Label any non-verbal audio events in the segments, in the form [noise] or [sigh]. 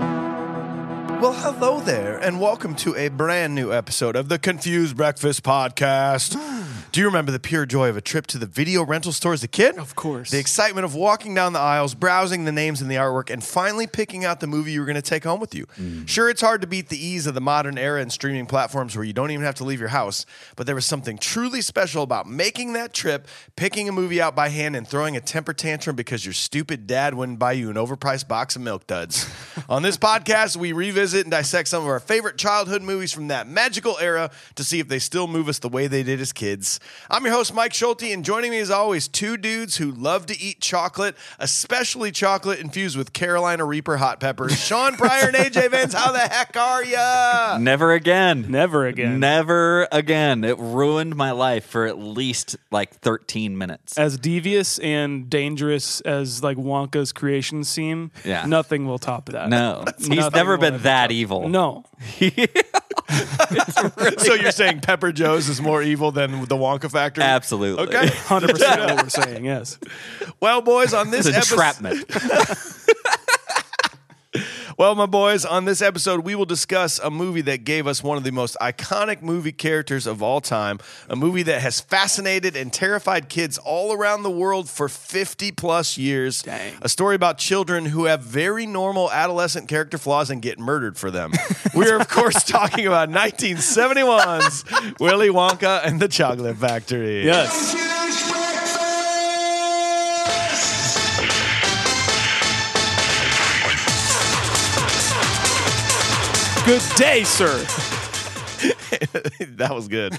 Well, hello there, and welcome to a brand new episode of the Confused Breakfast [sighs] Podcast. Do you remember the pure joy of a trip to the video rental store as a kid? Of course. The excitement of walking down the aisles, browsing the names and the artwork, and finally picking out the movie you were going to take home with you. Mm. Sure, it's hard to beat the ease of the modern era and streaming platforms where you don't even have to leave your house, but there was something truly special about making that trip, picking a movie out by hand, and throwing a temper tantrum because your stupid dad wouldn't buy you an overpriced box of milk duds. On this podcast, we revisit and dissect some of our favorite childhood movies from that magical era to see if they still move us the way they did as kids. I'm your host, Mike Schulte, and joining me as always, two dudes who love to eat chocolate, especially chocolate infused with Carolina Reaper hot peppers. Sean Pryor and AJ Vance, how the heck are [laughs] ya? Never again. Never again. Never again. It ruined my life for at least like 13 minutes. as devious and dangerous as like Wonka's creations seem, Yeah. nothing will top that. no, he's [laughs] Nothing never will been ever that top- evil. No. So you're saying Pepper Joe's is more evil than the Wonka Factory? Absolutely. Okay. 100% what we're [laughs] saying, yes. Well, boys, on this It's episode. entrapment. [laughs] Well, my boys, on this episode, we will discuss a movie that gave us one of the most iconic movie characters of all time, a movie that has fascinated and terrified kids all around the world for 50 plus years. A story about children who have very normal adolescent character flaws and get murdered for them. [laughs] we are, of course, talking about 1971's Willy Wonka and the Chocolate Factory. Yes. Good day, sir. [laughs] that was good.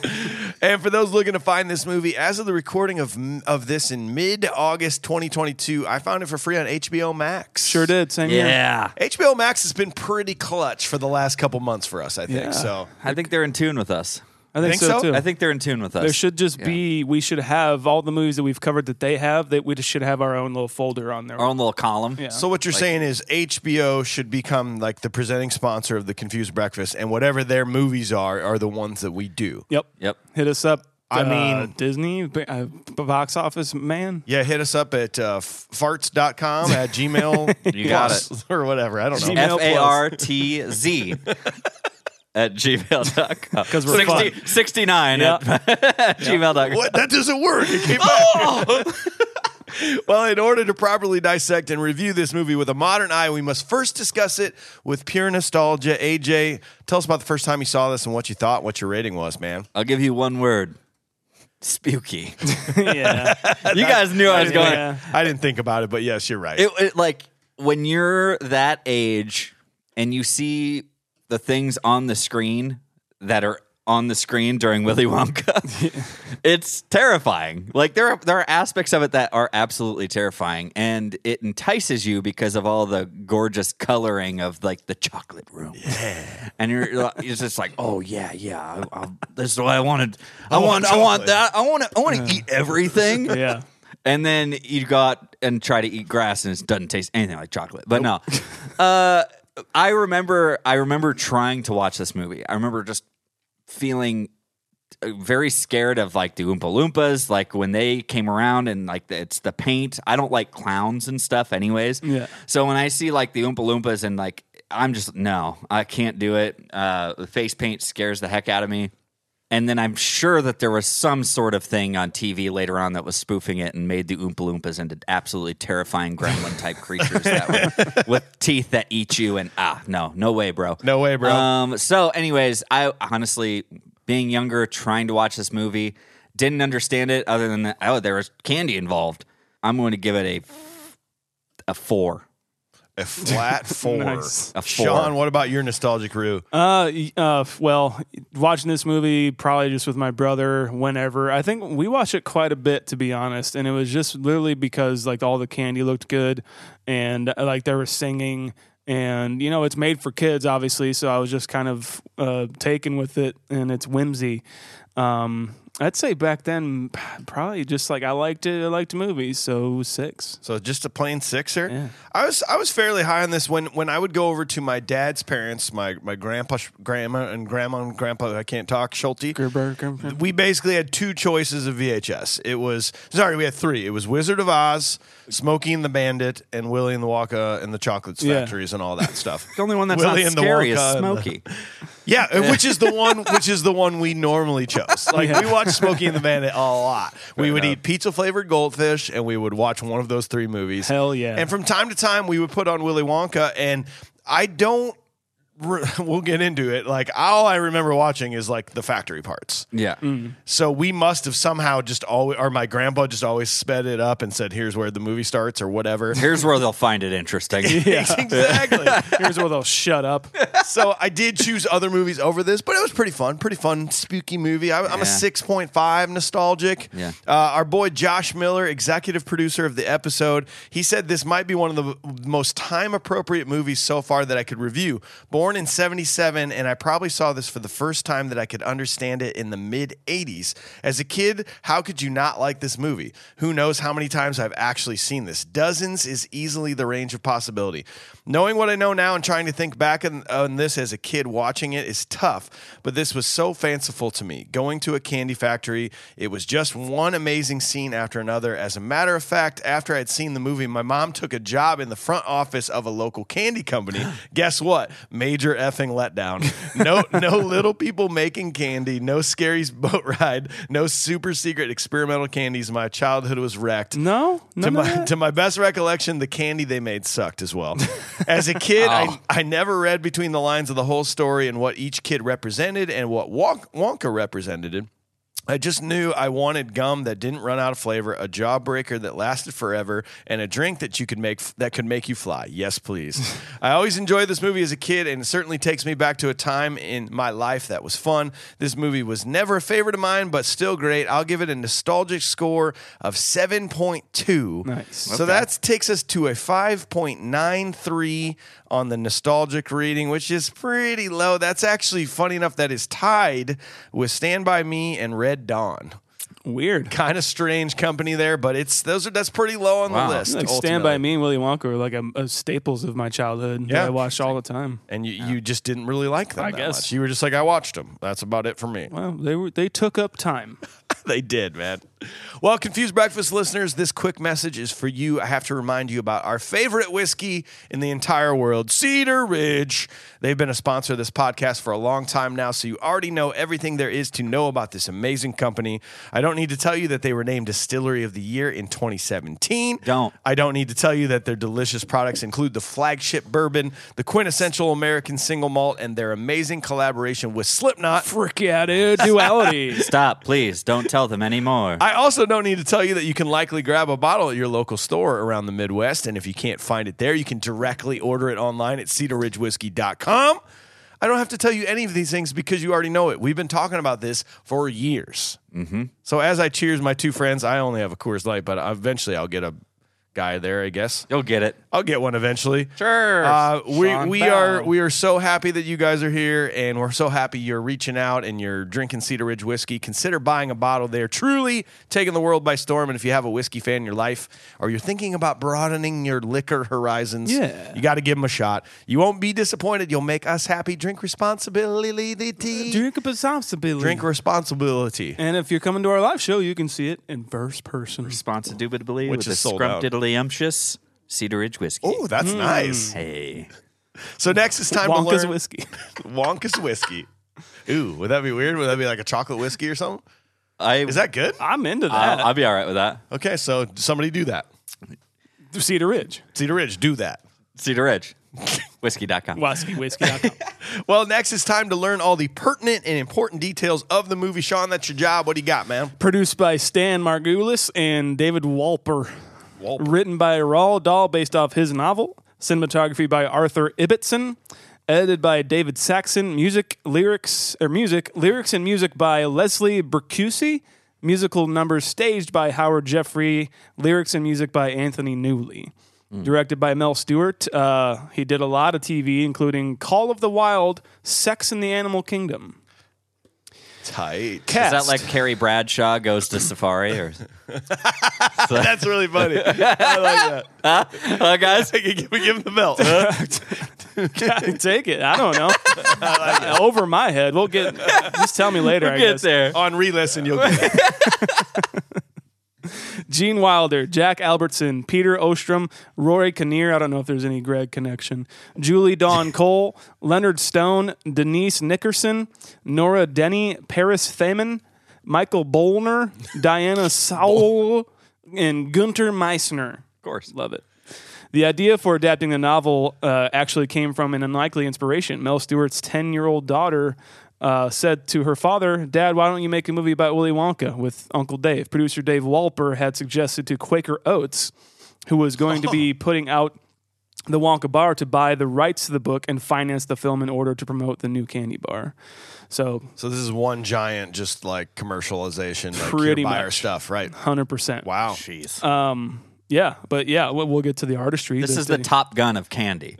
and for those looking to find this movie, as of the recording of of this in mid August 2022, I found it for free on HBO Max. Sure did. Same here. yeah. HBO Max has been pretty clutch for the last couple months for us, I think. Yeah. So I think they're in tune with us. I think, Think so, so? too. I think they're in tune with us. There should just be we should have all the movies that we've covered that they have that we just should have our own little folder on there. our own little column. Yeah. So what you're saying is HBO should become like the presenting sponsor of the Confused Breakfast, and whatever their movies are are the ones that we do. yep. Yep. Hit us up. I uh, mean- Disney b- uh, b- box office man. Yeah, hit us up at uh, farts.com at gmail [laughs] You got plus [laughs] or whatever. I don't know. Gmail F A plus. R T Z [laughs] at [laughs] gmail.com. Because we're fun. 69 Yeah. [laughs] at gmail.com. What? That doesn't work. It came back. [laughs] well, in order to properly dissect and review this movie with a modern eye, we must first discuss it with pure nostalgia. AJ, tell us about the first time you saw this and what you thought, what your rating was, man. I'll give you one word. [laughs] Spooky. yeah. you guys knew I was going. Yeah. I didn't think about it, but yes, you're right. it, it like when you're that age and you see the things on the screen that are on the screen during [laughs] Willy Wonka, [laughs] it's terrifying. Like there are there are aspects of it that are absolutely terrifying, and it entices you because of all the gorgeous coloring of like the chocolate room. [laughs] and you're, you're like- it's just like, oh yeah, yeah, I, I, this is what I wanted. I, want want, I want chocolate." that. I want to, I want to eat everything. [laughs] Yeah. And then you got and try to eat grass, and it doesn't taste anything like chocolate. But no, [laughs] uh, I remember. I remember trying to watch this movie. I remember just feeling uh, very scared of like the Oompa Loompas, like when they came around and like the, it's the paint. I don't like clowns and stuff, anyways. Yeah. So when I see like the Oompa Loompas and like I'm just no, I can't do it. Uh, the face paint scares the heck out of me. And then I'm sure that there was some sort of thing on TV later on that was spoofing it and made the Oompa Loompas into absolutely terrifying gremlin type creatures [laughs] that were, with teeth that eat you. And ah, no, no way, bro. No way, bro. Um, so, anyways, I honestly, being younger, trying to watch this movie, didn't understand it other than that, oh, there was candy involved. I'm going to give it a a four. A flat four. Nice. A four. Sean, what about your nostalgic roux? Uh, y- uh, f- well, watching this movie probably just with my brother whenever. I think we watched it quite a bit to be honest, and it was just literally because like all the candy looked good, and uh, like they were singing, and you know it's made for kids obviously, so I was just kind of uh, taken with it and its whimsy. Um, I'd say back then p- probably just like I liked it. I liked movies, so six. So just a plain sixer. Yeah. I was I was fairly high on this when when I would go over to my dad's parents, my my grandpa, grandma, and grandma and grandpa. I can't talk Schulte. Gerber, Gerber. We basically had two choices of VHS. It was sorry, we had three. It was Wizard of Oz, Smokey and the Bandit, and Willy and the Wonka and the Chocolates Yeah. Factories and all that stuff. [laughs] The only one that's Willy not and the scary is Wonka and the- Smokey. [laughs] Yeah, and which is the one which is the one we normally chose. Like we watched Smokey and the Bandit a [laughs] lot. we would eat pizza flavored goldfish and we would watch one of those three movies. Hell yeah. And from time to time we would put on Willy Wonka and I don't re- [laughs] we'll get into it. Like all I remember watching is like the factory parts. yeah. So we must have somehow just always or my grandpa just always sped it up and said here's where the movie starts or [laughs] whatever. Here's where they'll find [laughs] it interesting. exactly. Here's where they'll shut up. [laughs] so I did choose other movies over this, but it was pretty fun. Pretty fun, spooky movie. I, I'm Yeah. a 6.5 nostalgic. Yeah. Uh, our boy Josh Miller, executive producer of the episode, he said this might be one of the most time appropriate movies so far that I could review. Born in 77, and I probably saw this for the first time that I could understand it in the mid 80s. As a kid, how could you not like this movie? Who knows how many times I've actually seen this? Dozens is easily the range of possibility. Knowing what I know now and trying to think back on, on this as a kid watching it is tough, but this was so fanciful to me. Going to a candy factory, it was just one amazing scene after another. As a matter of fact, after I'd seen the movie, my mom took a job in the front office of a local candy company. Guess what? Major effing letdown. No, no little people making candy, no Scary's boat ride, no super secret experimental candies. My childhood was wrecked No, to none of my that? to my best recollection, the candy they made sucked as [laughs] well. As a kid, I, I never read between the lines of the whole story and what each kid represented and what Won- Wonka represented. I just knew I wanted gum that didn't run out of flavor, a jawbreaker that lasted forever, and a drink that you could make that could make you fly. Yes, please. I always enjoyed this movie as a kid, and it certainly takes me back to a time in my life that was fun. This movie was never a favorite of mine, but still great. I'll give it a nostalgic score of seven point two. Nice. So that takes us to a five point nine three on the nostalgic reading, which is pretty low. That's actually funny enough. That is tied with Stand by Me and Red Dawn. Weird. Kind of strange company there, but it's those are that's pretty low on Wow. the list. Like Stand ultimately. by Me and Willy Wonka were like a, a staples of my childhood. Yeah, Yeah. I watched all the time. and you, you just didn't really like them. I that guess. much. you were just like, I watched them. That's about it for me. Well, they were they took up time. [laughs] they did, man. Well, Confused Breakfast listeners, this quick message is for you. I have to remind you about our favorite whiskey in the entire world, Cedar Ridge. They've been a sponsor of this podcast for a long time now, so you already know everything there is to know about this amazing company. I don't need to tell you that they were named Distillery of the Year in 2017. Don't. I don't need to tell you that their delicious products include the flagship bourbon, the quintessential American single malt, and their amazing collaboration with Slipknot. Frick yeah, dude. [laughs] Duality. Stop, please. Don't tell them anymore. I also don't need to tell you that you can likely grab a bottle at your local store around the Midwest. And if you can't find it there, you can directly order it online at cedarridgewhiskey.com. I don't have to tell you any of these things because you already know it. We've been talking about this for years. Mm-hmm. So as I cheers my two friends, I only have a Coors Light, but eventually I'll get a guy there, I guess. You'll get it. I'll get one eventually. Sure. Uh, we Sean we Bell. are we are so happy that you guys are here, and we're so happy you're reaching out and you're drinking Cedar Ridge whiskey. Consider buying a bottle. They're truly taking the world by storm. And if you have a whiskey fan in your life, or you're thinking about broadening your liquor horizons, Yeah. you got to give them a shot. You won't be disappointed. You'll make us happy. Drink responsibility. Drink, Drink a responsibility. responsibility. And if you're coming to our live show, you can see it in first person. Response indubitably Which with is a sold out. scrumptiddlyumptious Cedar Ridge whiskey. Oh, that's nice. hey. So next it's time to Wonka's learn whiskey. [laughs] Wonka's whiskey. Ooh, would that be weird? Would that be like a chocolate whiskey or something? I, Is that good? I'm into that. I'll, I'll be all right with that. Okay, so somebody do that. Cedar Ridge. Cedar Ridge, do that. [laughs] Cedar Ridge. Whiskey.com. Whiskey, whiskey. dot com. Well, next it's time to learn all the pertinent and important details of the movie. Sean, that's your job. What do you got, man? Produced by Stan Margulis and David Walper. Walper. Written by Raul Dahl based off his novel. Cinematography by Arthur Ibbotson. Edited by David Saxon. Music, lyrics, or music, lyrics and music by Leslie Bercusi. Musical numbers staged by Howard Jeffrey. Lyrics and music by Anthony Newley. Directed by Mel Stewart. Uh, he did a lot of TV, including Call of the Wild, Sex in the Animal Kingdom. [laughs] Tight. Is Cast. that like Carrie Bradshaw goes to Safari [laughs] or [laughs] That's really funny. I like that. [laughs] Hello guys? We give- we give him the [laughs] belt. I take it. I [laughs] don't know. Over my head. We'll get. Just tell [laughs] me later. I Get guess. there. On re-listen, you'll get it. Gene Wilder, Jack Albertson, Peter Ostrom, Rory Kinnear. I don't know if there's any Greg connection. [laughs] Julie Dawn Cole, Leonard Stone, Denise Nickerson, Nora Denny, Paris Thaman, Michael Bolner, [laughs] Diana Sowell, and Gunter Meissner. Of course. Love it. The idea for adapting the novel uh, actually came from an unlikely inspiration. Mel Stewart's 10 year old daughter uh, said to her father, Dad, why don't you make a movie about Willy Wonka with Uncle Dave? Producer Dave Walper had suggested to Quaker Oats, who was going to [laughs] be putting out the Wonka bar, to buy the rights to the book and finance the film in order to promote the new candy bar. So, So this is one giant, just like commercialization, like Pretty here, buy our much. stuff, right? 100%. Wow. Jeez. Yeah, but yeah, we'll we'll get to the artistry. this that is the they- top gun [laughs] of candy.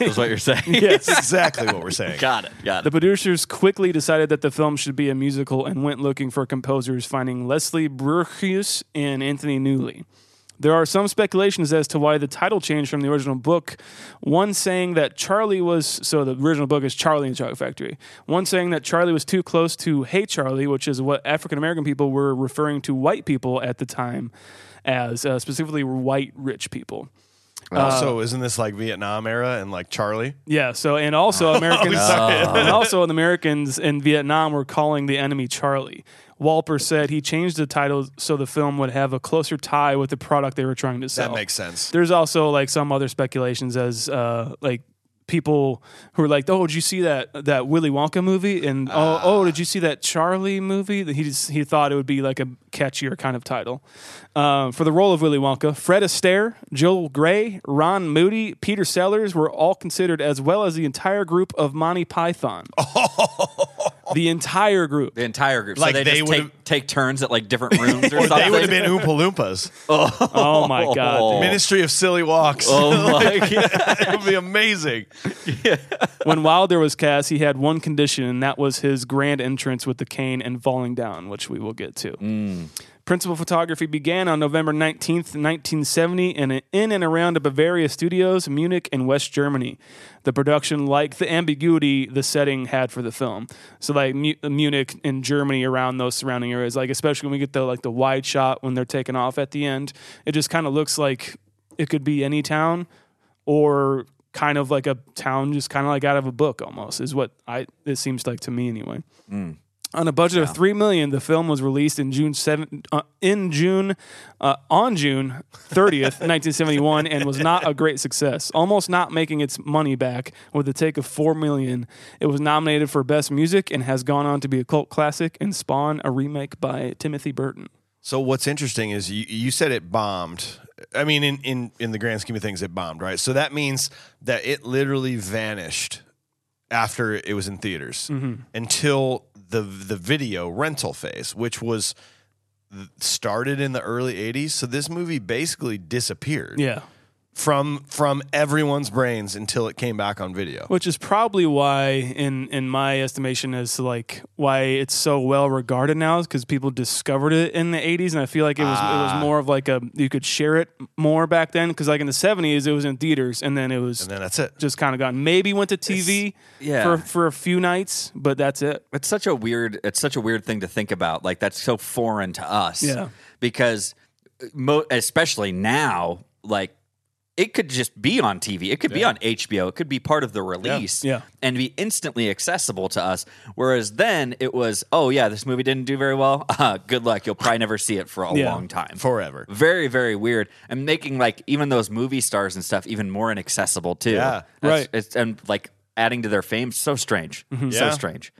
is what you're saying. That's exactly what we're [laughs] saying. [laughs] Got it. Got The it. producers quickly decided that the film should be a musical and went looking for composers, finding Leslie Bruchius and Anthony Newley. There are some speculations as to why the title changed from the original book. One saying that Charlie was so the original book is Charlie and the Chocolate Factory. One saying that Charlie was too close to Hey Charlie, which is what African American people were referring to white people at the time as, uh, specifically white rich people. Also, Oh, isn't this like Vietnam era and like Charlie? Yeah. So [laughs] and Oh, also Americans and also the Americans in Vietnam were calling the enemy Charlie. Walper said he changed the title so the film would have a closer tie with the product they were trying to sell. That makes sense. There's also like some other speculations as uh, like people who are like, oh, did you see that that Willy Wonka movie? And oh, oh, did you see that Charlie movie? That he just, he thought it would be like a catchier kind of title. Um, for the role of Willy Wonka, Fred Astaire, Joel Gray, Ron Moody, Peter Sellers were all considered, as well as the entire group of Monty Python. the entire group. The entire group. Like, so they, they just would've- take, take turns at [laughs] like different rooms or, something. They would have [laughs] been Oompa Loompas. Oh my god. dude. Ministry of Silly Walks. Oh my God. [laughs] it would be amazing. when Wilder was cast, he had one condition, and that was his grand entrance with the cane and falling down, which we will get to. Principal photography began on November 19th, 1970, in, in and around the Bavaria studios, Munich, and West Germany. The production liked the ambiguity the setting had for the film. So, like Mu- Munich and Germany around those surrounding areas, like especially when we get the like the wide shot when they're taken off at the end, it just kind of looks like it could be any town or kind of like a town just kind of like out of a book almost is what I it seems like to me anyway. On a budget of three million, the film was released in June seven uh, in June uh, on June thirtieth, [laughs] nineteen seventy one, and was not a great success. Almost not making its money back with a take of four million. It was nominated for best music and has gone on to be a cult classic and spawn a remake by Timothy Burton. So what's interesting is you, you said it bombed. I mean, in, in in the grand scheme of things, it bombed, right? So that means that it literally vanished after it was in theaters until the the video rental phase, which was th- started in the early 80s. So this movie basically disappeared Yeah. from from everyone's brains until it came back on video. Which is probably why, in in my estimation, as to like why it's so well regarded now, is because people discovered it in the '80s, and I feel like it was it was more of like a you could share it more back then. Because like in the '70s, it was in theaters, and then it was And then that's it. just kind of gone. Maybe went to TV yeah. for for a few nights, but that's it. It's such a weird. It's such a weird thing to think about. Like that's so foreign to us. Yeah. Because, uh, mo- especially now, like it could just be on TV. It could be on HBO. It could be part of the release. Yeah. And be instantly accessible to us. Whereas then it was, oh yeah, this movie didn't do very well. [laughs] Uh, good luck. You'll probably never see it for a Yeah. long time. Forever. Very very weird. And making like even those movie stars and stuff even more inaccessible too. Yeah. That's- Right. Mm-hmm. It's, and like adding to their fame. So strange. So Yeah. strange.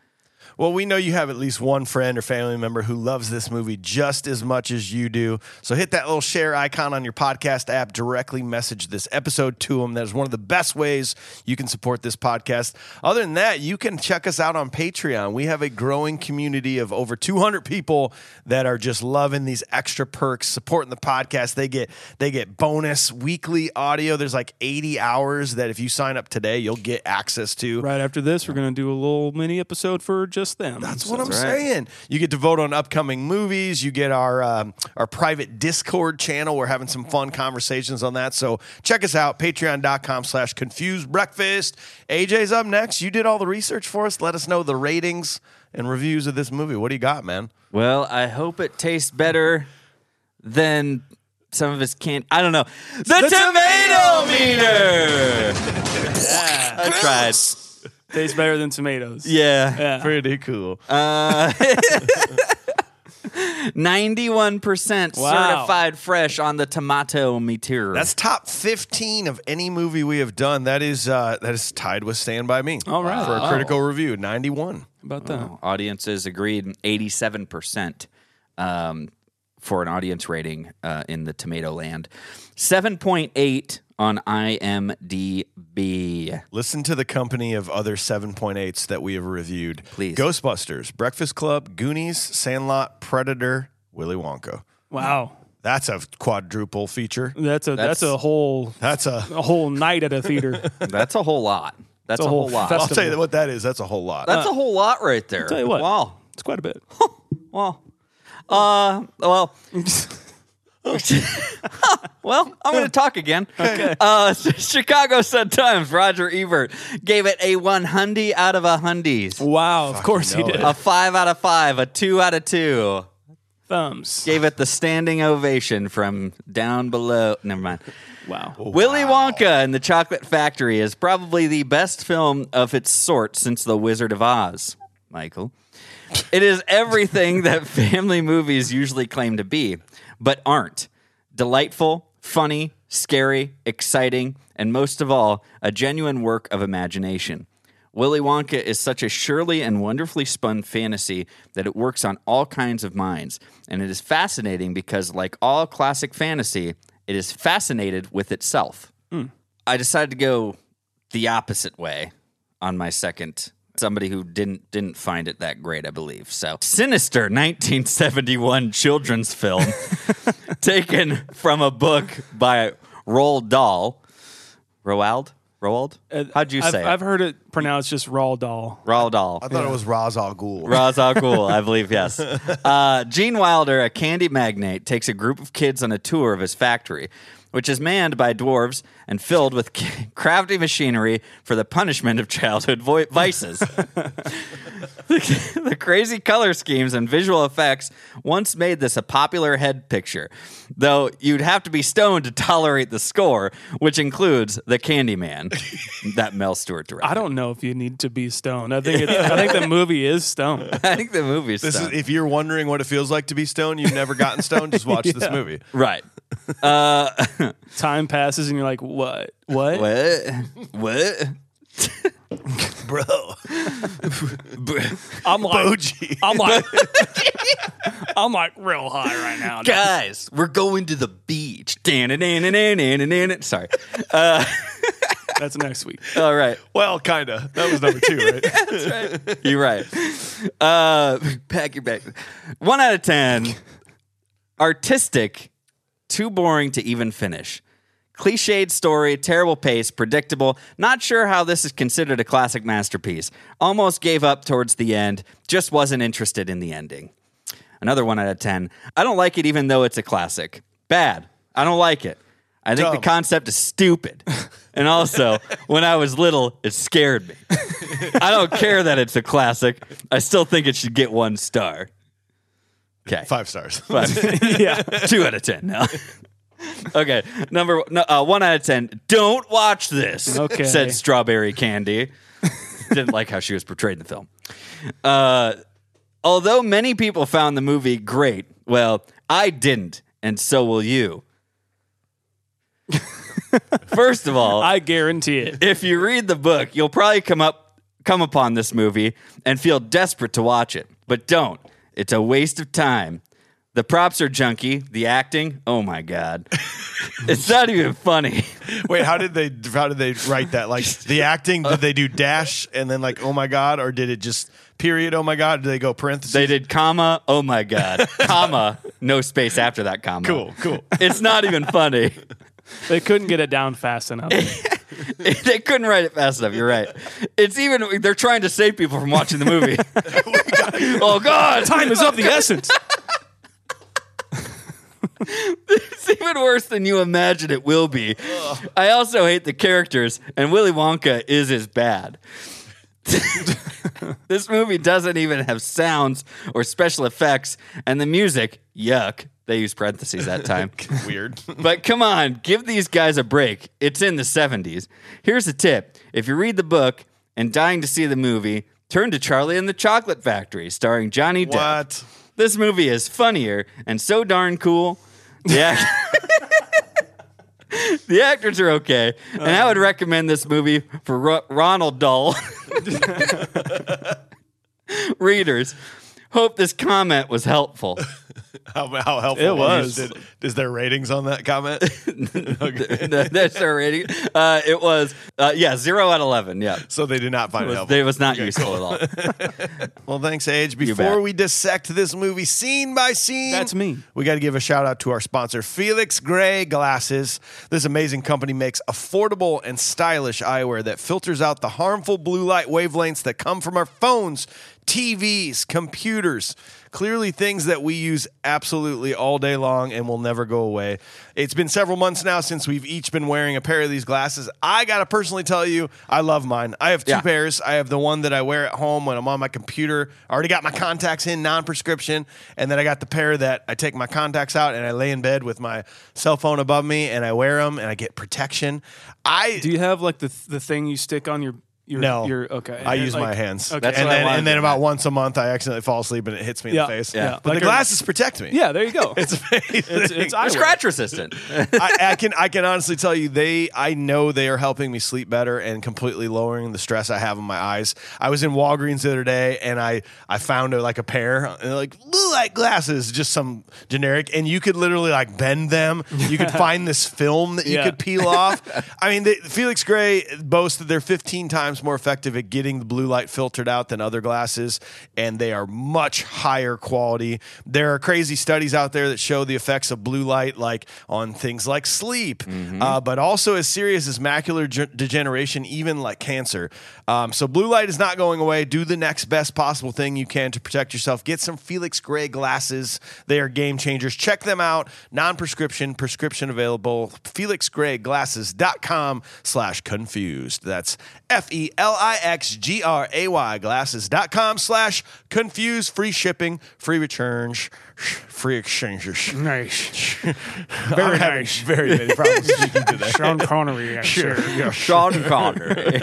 Well, we know you have at least one friend or family member who loves this movie just as much as you do. So hit that little share icon on your podcast app, directly message this episode to them. That is one of the best ways you can support this podcast. Other than that, you can check us out on Patreon. We have a growing community of over 200 people that are just loving these extra perks, supporting the podcast. They get they get bonus weekly audio. There's like 80 hours that if you sign up today, you'll get access to. Right after this, we're gonna do a little mini episode for just them. That's what I'm That's right. saying. You get to vote on upcoming movies. You get our um, our private Discord channel. We're having some fun conversations on that. So check us out. Patreon.com slash confused breakfast. AJ's up next. You did all the research for us. Let us know the ratings and reviews of this movie. What do you got, man? Well, I hope it tastes better than some of his can't. I don't know. The, tomato, meter. yeah, I tried. [laughs] Tastes better than tomatoes. Yeah, Pretty cool. ninety-one percent Wow. certified fresh on the tomato meter. That's top 15 of any movie we have done. That is uh, that is tied with Stand By Me. All right. For a critical review, 91. About that. Oh. audiences agreed eighty-seven percent um, for an audience rating uh, in the tomato land. Seven point eight on IMDb. Listen to the company of other 7.8s that we have reviewed. Please. Ghostbusters, Breakfast Club, Goonies, Sandlot, Predator, Willy Wonka. Wow. That's a quadruple feature. That's a that's, That's- a whole That's a. a whole night at a theater. That's a whole lot. That's It's a a whole, whole lot. fest- I'll tell you what that is. That's a whole lot. That's a whole lot right there. Uh, tell you what. Wow. it's quite a bit. Wow. Uh, well. [laughs] well, I'm going to talk again. Okay. Uh, [laughs] Chicago Sun Times, Roger Ebert gave it a 100 out of a hundies, Wow, of course he know did. it. a 5 out of 5, a 2 out of 2. Thumbs. Gave it the standing ovation from down below. Never mind. Wow. Willy Wonka and the Chocolate Factory is probably the best film of its sort since The Wizard of Oz, Michael. It is everything that family movies usually claim to be, but aren't. Delightful, funny, scary, exciting, and most of all, a genuine work of imagination. Willy Wonka is such a surely and wonderfully spun fantasy that it works on all kinds of minds. And it is fascinating because, like all classic fantasy, it is fascinated with itself. I decided to go the opposite way on my second. Somebody who didn't didn't find it that great, I believe. So sinister 1971 children's film [laughs] taken from a book by Roald Dahl. Roald? Roald? How'd you Uh, I've, say it? I've heard it pronounced just raw doll. Roald Dahl. I thought it was Ra's al Ghul. Ra's al Ghul, I believe, [laughs] yes. Uh, Gene Wilder, a candy magnate, takes a group of kids on a tour of his factory, which is manned by dwarves and filled with [laughs] crafty machinery for the punishment of childhood vo- vices. [laughs] the crazy color schemes and visual effects once made this a popular head picture, though you'd have to be stoned to tolerate the score, which includes [laughs] the Candyman that Mel Stewart directed. I don't know if you need to be stoned. I think it's, I think the movie is stoned. [laughs] I think the movie's This is, stoned. if you're wondering what it feels like to be stoned, you've never gotten stoned, just [laughs] watch this movie. right. Time passes and you're like, what? What? What? What? Bro. I'm like, Boji. [laughs] I'm like, I'm like real high right now. Guys, we're going to the beach. Dan-na-na-na-na-na-na-na. Sorry. That's next week. All right. Well, kind of. That was number two, [laughs] right? You're right. Uh, pack your bag. One out of 10. Artistic, too boring to even finish. Cliched story, terrible pace, predictable. Not sure how this is considered a classic masterpiece. Almost gave up towards the end, just wasn't interested in the ending. Another one out of 10. I don't like it even though it's a classic. Bad. I don't like it. I think the Dumb. concept is stupid. and also, when I was little, it scared me. I don't care that it's a classic. I still think it should get one star. Okay. Five stars. yeah. [laughs] Two out of 10 now. [laughs] okay. Number no, uh, one out of 10. Don't watch this, Okay. said Strawberry Candy. [laughs] Didn't like how she was portrayed in the film. Uh, although many people found the movie great, well, I didn't, and so will you. [laughs] First of all, I guarantee it. if you read the book, you'll probably come up come upon this movie and feel desperate to watch it. But don't. It's a waste of time. The props are junky. The acting, oh my god. [laughs] it's not even funny. Wait, how did they how did they write that? Like the acting, did they do dash and then like oh my god, or did it just period? Oh my god, did they go parentheses? They did comma, oh my god. comma, no space after that comma. cool, cool. It's not even funny. [laughs] They couldn't get it down fast enough. they couldn't write it fast enough. You're right. It's even they're trying to save people from watching the movie. [laughs] oh god. Time is of the essence. It's even worse than you imagine it will be. I also hate the characters, and Willy Wonka is as bad. this movie doesn't even have sounds or special effects, and the music, yuck. They use parentheses that time. Weird. But come on, give these guys a break. It's in the 70s. Here's a tip if you read the book and dying to see the movie, turn to Charlie and the Chocolate Factory, starring Johnny Depp. What? [laughs] This movie is funnier and so darn cool. The, act- [laughs] the actors are okay, and I would recommend this movie for Ro- Ronald Dahl [laughs] readers. Hope this comment was helpful. How, how helpful It was. Did- is there ratings on that comment? [laughs] [laughs] okay. That's already. Uh, it was uh, yeah zero out of eleven. Yeah, So they did not find it, helpful. it was not useful at all. [laughs] Well, thanks, Age. bet. Before we dissect this movie scene by scene, That's me. We got to give a shout out to our sponsor, Felix Gray Glasses. This amazing company makes affordable and stylish eyewear that filters out the harmful blue light wavelengths that come from our phones, TVs, computers. Clearly, things that we use absolutely all day long and will never go away. It's been several months now since we've each been wearing a pair of these glasses. I got to personally tell you, I love mine. I have two Yeah. pairs pairs. I have the one that I wear at home when I'm on my computer. I already got my contacts in, non prescription. And then I got the pair that I take my contacts out and I lay in bed with my cell phone above me and I wear them and I get protection. I. Do you have like the the thing you stick on your your no, your okay? I use my hands, Okay. That's and what I then wanted and then to about do. once a month I accidentally fall asleep and it hits me Yeah, in the face. yeah. but Like the a- glasses protect me. yeah, there you go. [laughs] it's amazing. it's, it's eyewear. Scratch resistant. [laughs] I, I can I can honestly tell you they I know they are helping me sleep better and completely lowering the stress I have on my eyes. I was in Walgreens the other day and I I found a, like a pair and like blue light glasses, just some generic, and you could literally like bend them. You could find this film that you Yeah. could peel off. I mean, they, Felix Gray boasts that they're 15 times more effective at getting the blue light filtered out than other glasses, and they are much higher quality. There are crazy studies out there that show the effects of blue light, like on things like sleep, uh, but also as serious as macular ge- degeneration, even like cancer. Um, so, blue light is not going away. Do the next best possible thing you can to protect yourself. Get some Felix Gray glasses. They are game changers. Check them out. Non prescription, prescription available. FelixGrayGlasses.com slash confused. That's F E L I X G R A Y glasses.com slash confused. Free shipping, free returns, sh- free exchanges. Nice. [laughs] I'm Very having nice. Very many problems speaking today. Sean Connery. Yeah, sure. Sean Connery,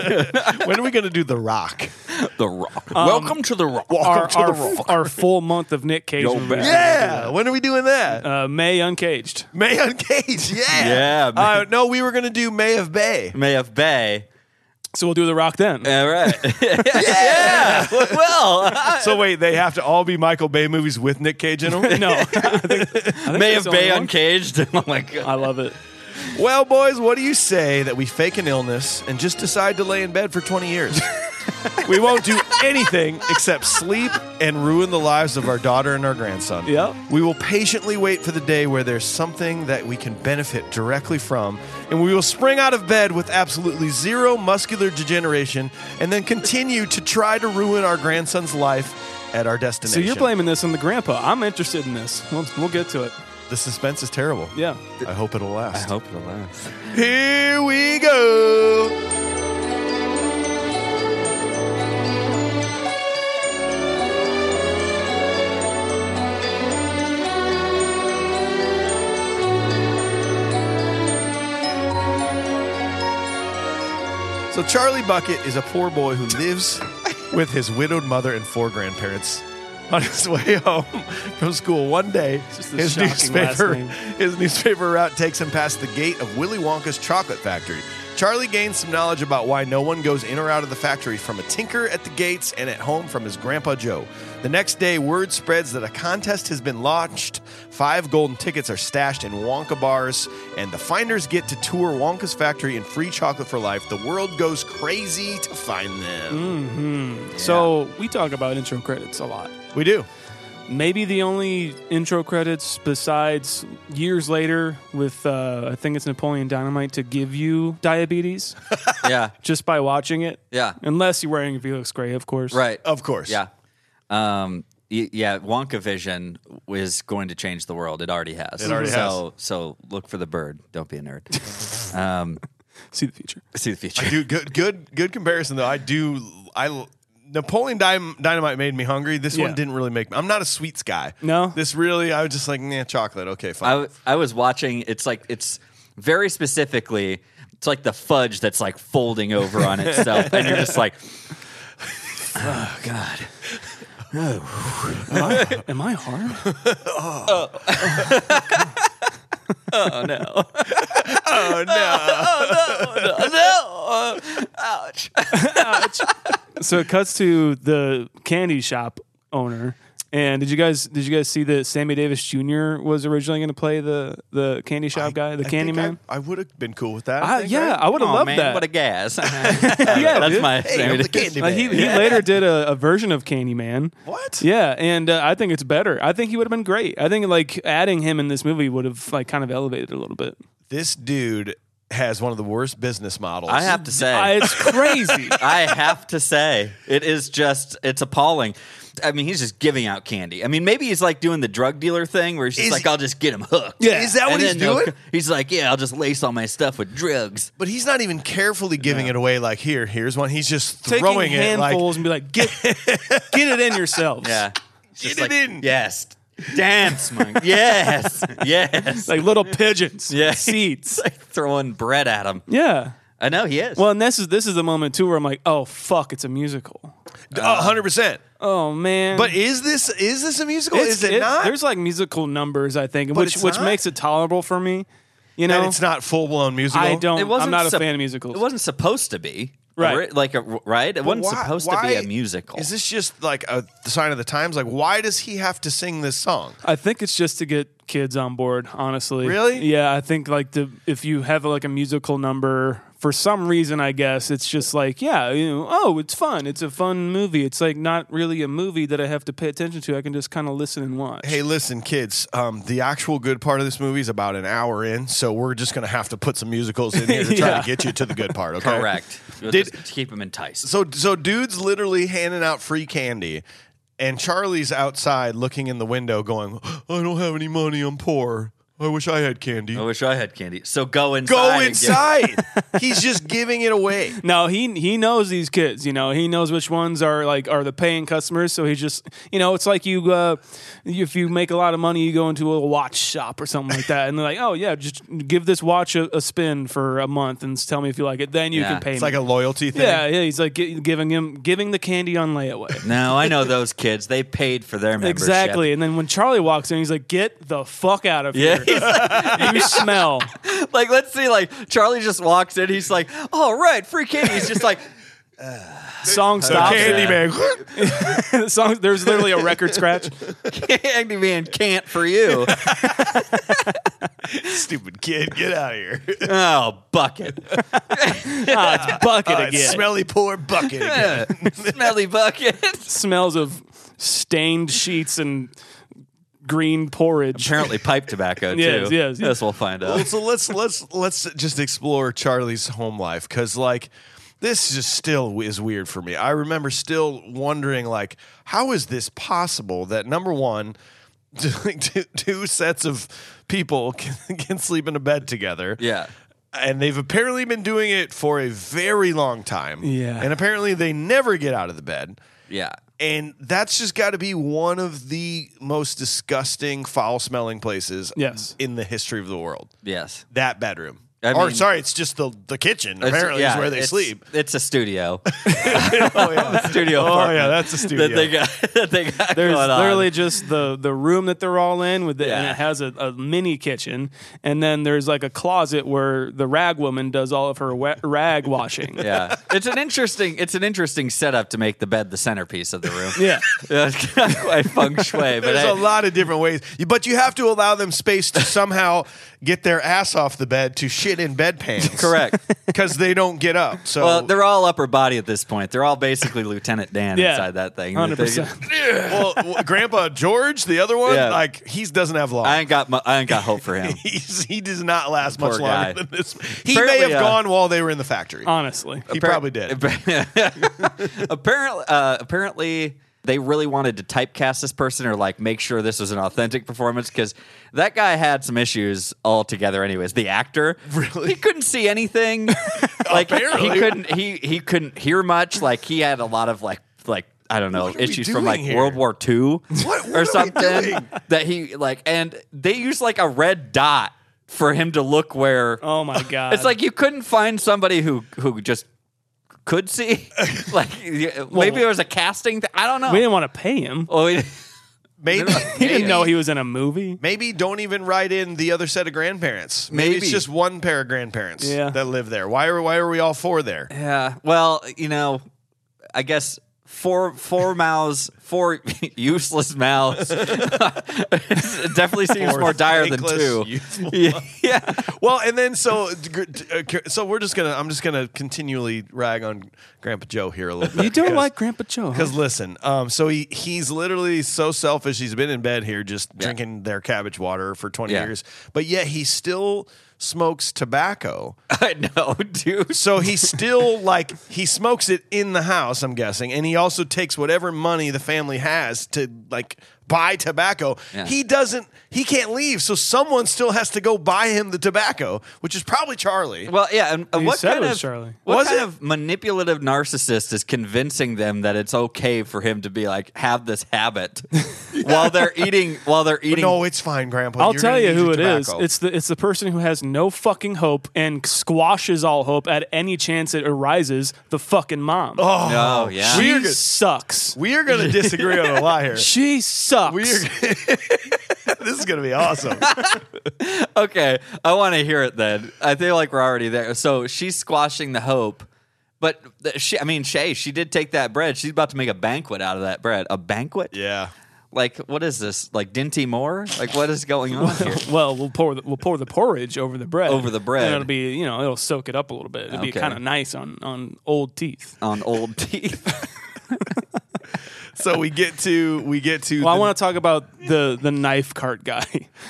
When are we going to do The [laughs] Rock? The Rock. Welcome to the Rock. Our, to our, the rock. our full month of Nick Cage. Yo, movies. man. Yeah. When are we doing that? Uh, May Uncaged. May on [laughs] Cage, yeah. Yeah, man. Uh, no, we were going to do May of Bay. May of Bay. So we'll do The Rock then. All right. yeah. Well, So wait, they have to all be Michael Bay movies with Nick Cage in [laughs] them? No. I think, I think May that's of the only Bay one. uncaged. [laughs] Oh my god. I love it. well, boys, what do you [laughs] say that we fake an illness and just decide to lay in bed for 20 years? we won't do anything except sleep and ruin the lives of our daughter and our grandson. Yep. We will patiently wait for the day where there's something that we can benefit directly from, and we will spring out of bed with absolutely zero muscular degeneration and then continue to try to ruin our grandson's life at our So destination. you're blaming this on the grandpa. I'm interested in this. We'll, we'll get to it. The suspense is terrible. Yeah. I hope it'll last. hope it'll last. Here we go. So Charlie Bucket is a poor boy who lives with his widowed mother and four grandparents. On his way [laughs] home from school one day, just a his shocking newspaper, last name. his newspaper route takes him past the gate of Willy Wonka's chocolate factory. Charlie gains some knowledge about why no one goes in or out of the factory from a tinker at the gates and at home from his grandpa Joe. The next day, word spreads that a contest has been launched. Five golden tickets are stashed in Wonka bars, and the finders get to tour Wonka's factory and free chocolate for life. The world goes crazy to find them. So we talk about intro credits a lot. We do. Maybe the only intro credits besides years later with uh, I think it's Napoleon Dynamite to give you [laughs] diabetes [laughs] yeah, just by watching it. Yeah. Unless you're wearing Felix Gray, of course. right. Of course. Yeah. Um, y- yeah, Wonka Vision was going to change the world. It already has. It already so, So look for the bird. Don't be a [laughs] nerd. um, See the future. see the future. Dude, good, good, good comparison though. I do. I Napoleon Dym- Dynamite made me hungry. This one Yeah. didn't really make me. I'm not a sweets guy. No? this really. I was just like, nah, chocolate. Okay, I, fine. w- I was watching. It's like it's very specifically. It's like the fudge that's like folding over on [laughs] itself, and you're just like, oh god. Am I, am I harmed? oh [laughs] no! No, ouch. so it cuts to the candy shop owner. And did you guys did you guys see that Sammy Davis Jr. was originally going to play the the candy shop guy, the I candy think man? I, I would have been cool with that. I I, think, yeah, right? I would have Oh, loved man, that. What a [laughs] gas. yeah, that's dude. my. Hey, I'm the candy Like, man. he, he later did a, a version of Candyman. What? Yeah, and uh, I think it's better. I think he would have been great. I think like adding him in this movie would have like kind of elevated it a little bit. This dude has one of the worst business models. [laughs] I have to say, Uh, [laughs] it's crazy. [laughs] I have to say, it is just, it's appalling. I mean, he's just giving out candy. I mean, maybe he's like doing the drug dealer thing where he's just Is- like, I'll just get him hooked. Yeah. Is that what he's then they'll- doing? He's like, yeah, I'll just lace all my stuff with drugs. But he's not even carefully giving it away. Like here, here's one. He's just Taking throwing it. Like handfuls and be like, get get it [laughs] in yourselves. Yeah. It's Get just it like, in. Yes. Dance, [laughs] monkey. [laughs] yes. Yes. [laughs] Like little pigeons. Yeah. Seeds. Like throwing bread at him. Yeah. I know he is. Well, and this is this is the moment too where I'm like, oh fuck, it's a musical. hundred percent. Oh man. But is this is this a musical? It's- is it, not? There's like musical numbers, I think, which it's which not? makes it tolerable for me. You and know, it's not full blown musical. I don't. it wasn't I'm not a sup- fan of musicals. It wasn't supposed to be. Right. Ori- Like, a, right? It But wasn't why- supposed to why- be a musical. Is this just like a sign of the times? Like, why does he have to sing this song? I think it's just to get kids on board, honestly. Really? Yeah, I think like the if you have like a musical number for some reason, I guess it's just like yeah, you know, oh, it's fun. It's a fun movie. It's like not really a movie that I have to pay attention to. I can just kind of listen and watch. Hey, listen, kids. Um, the actual good part of this movie is about an hour in, so we're just gonna have to put some musicals in here to try [laughs] Yeah. to get you to the good part. Okay, [laughs] Correct. Did- Did, just keep him enticed. So, so dude's literally handing out free candy, and Charlie's outside looking in the window, going, "I don't have any money. I'm poor. I wish I had candy." I wish I had candy. So go Oh, inside. Go and get- inside. He's just giving it away. No, he he knows these kids. You know, he knows which ones are like are the paying customers. So he just, you know, it's like you uh, if you make a lot of money, you go into a watch shop or something like that, and they're like, oh yeah, just give this watch a, a spin for a month and tell me if you like it. Then you Yeah. can pay. It's me. like a loyalty thing. yeah, yeah. He's like gi- giving him giving the candy on [laughs] [laughs] layaway. No, I know those kids. They paid for their membership. Exactly, and then when Charlie walks in, he's like, "Get the fuck out of Yeah. here! [laughs] you smell." [laughs] Like, let's see. Like, Charlie just walks in. He's like, "All right, free candy." He's just like, [laughs] [laughs] Song stops. Candy man. [laughs] The Song. [laughs] There's literally a record scratch. "Candy man can't for you." Stupid kid, get out of here. Oh, bucket. [laughs] bucket Uh, again. smelly poor [laughs] bucket again. Smelly bucket. smells of stained sheets and green porridge. Apparently pipe tobacco too. Yes, yes, yes. Yes, we'll find Well, out. so let's let's let's just explore Charlie's home life because like this just still is weird for me. I remember still wondering like how is this possible that number one, [laughs] two, two sets of people [laughs] can, can sleep in a bed together. Yeah. and they've apparently been doing it for a very long time. Yeah. and apparently they never get out of the bed. Yeah. And that's just got to be one of the most disgusting, foul smelling places Yes. in the history of the world Yes. that bedroom. I or mean- sorry, it's just the the kitchen. It's- Apparently, yeah, is where they it's- [laughs] sleep. It's a studio. Oh yeah, studio. oh apartment yeah, that's a studio. That they got. [laughs] That they got There's going on. literally just the the room that they're all in with, the, and Yeah. it has a, a mini kitchen, and then there's like a closet where the rag woman does all of her wa- rag washing. [laughs] Yeah, it's an interesting. It's an interesting setup to make the bed the centerpiece of the room. Yeah. [laughs] Yeah, it's not quite feng shui, [laughs] [laughs] but There's I- a lot of different ways, You- but you have to allow them space to somehow get their ass off the bed to shit in bedpans. [laughs] correct. [laughs] because they don't get up. So Well, they're all upper body at this point. They're all basically Lieutenant Dan Yeah. inside that thing. [laughs] 100%. well, w- Grandpa George, the other one, Yeah. like he doesn't have long. I ain't got. mu I ain't got hope for him. [laughs] He's, he does not last Poor much guy. longer than this. He Apparently, may have uh, gone while they were in the factory. Honestly, he probably did. [laughs] apparently, uh, apparently, they really wanted to typecast this person or like make sure this was an authentic performance because that guy had some issues altogether. Anyways, the actor really he couldn't see [laughs] anything. like Apparently. he couldn't he he couldn't hear much. Like he had a lot of like like. I don't know What are we issues from doing like here? World War II What- what are or we something doing? that he like, and they used like a red dot for him to look where oh my [laughs] god, it's like you couldn't find somebody who who just could [laughs] see. like y- maybe there was a casting. Th- I don't know. we didn't want to pay him. [laughs] Well, we- [laughs] Maybe He didn't know he was in a movie. Maybe don't even write in the other set of grandparents. Maybe, Maybe. it's just one pair of grandparents Yeah. that live there. Why are why are we all four [laughs] there? [laughs] yeah. Well, you know, I guess four four mouths, four [laughs] useless mouths. [laughs] it definitely seems Four more dire than thankless, two. [laughs] [laughs] youthful- Yeah, yeah. Well, and then so [laughs] uh, so we're just gonna I'm just gonna continually rag on Grandpa Joe here a little bit. You don't because- like Grandpa Joe? huh? Because listen, um, so he he's literally so selfish. He's been in bed here just drinking their cabbage water for twenty Yeah. years, but yet he still smokes tobacco. I know, [laughs] dude. So he [laughs] still like he smokes it in the house, I'm guessing, and he also takes whatever money the family has to like buy tobacco. Yeah. He doesn't he can't leave, so someone still has to go buy him the tobacco, which is probably Charlie. Well, yeah, and, and You what said it kind was of Charlie. what Was kind it? of manipulative narcissist is convincing them that it's okay for him to be like have this [laughs] habit while they're eating while they're eating? no, it's fine, Grandpa. I'll You're tell gonna you need who your it is. tobacco. It's the it's the person who has no fucking hope and squashes all hope at any chance it arises. The fucking mom. Oh, oh yeah, she weird. sucks. we are [laughs] gonna disagree on a lot here. She sucks. We are, this is gonna be [laughs] awesome. okay. I want to hear it then. I feel like we're already there. So she's squashing the hope, but th- she, I mean Shay, she did take that bread. She's about to make a banquet out of that bread. A banquet? Yeah. Like what is this? Like Dinty Moore? Like what is going [laughs] on here? [laughs] Well, we'll pour the, we'll pour the porridge over the bread. Over the bread. And it'll be you know it'll soak it up a little bit. It'll be Okay. kind of nice on on old teeth. On old teeth. [laughs] So we get to we get to Well, I the- Oh, want to talk about the the knife cart [laughs] guy.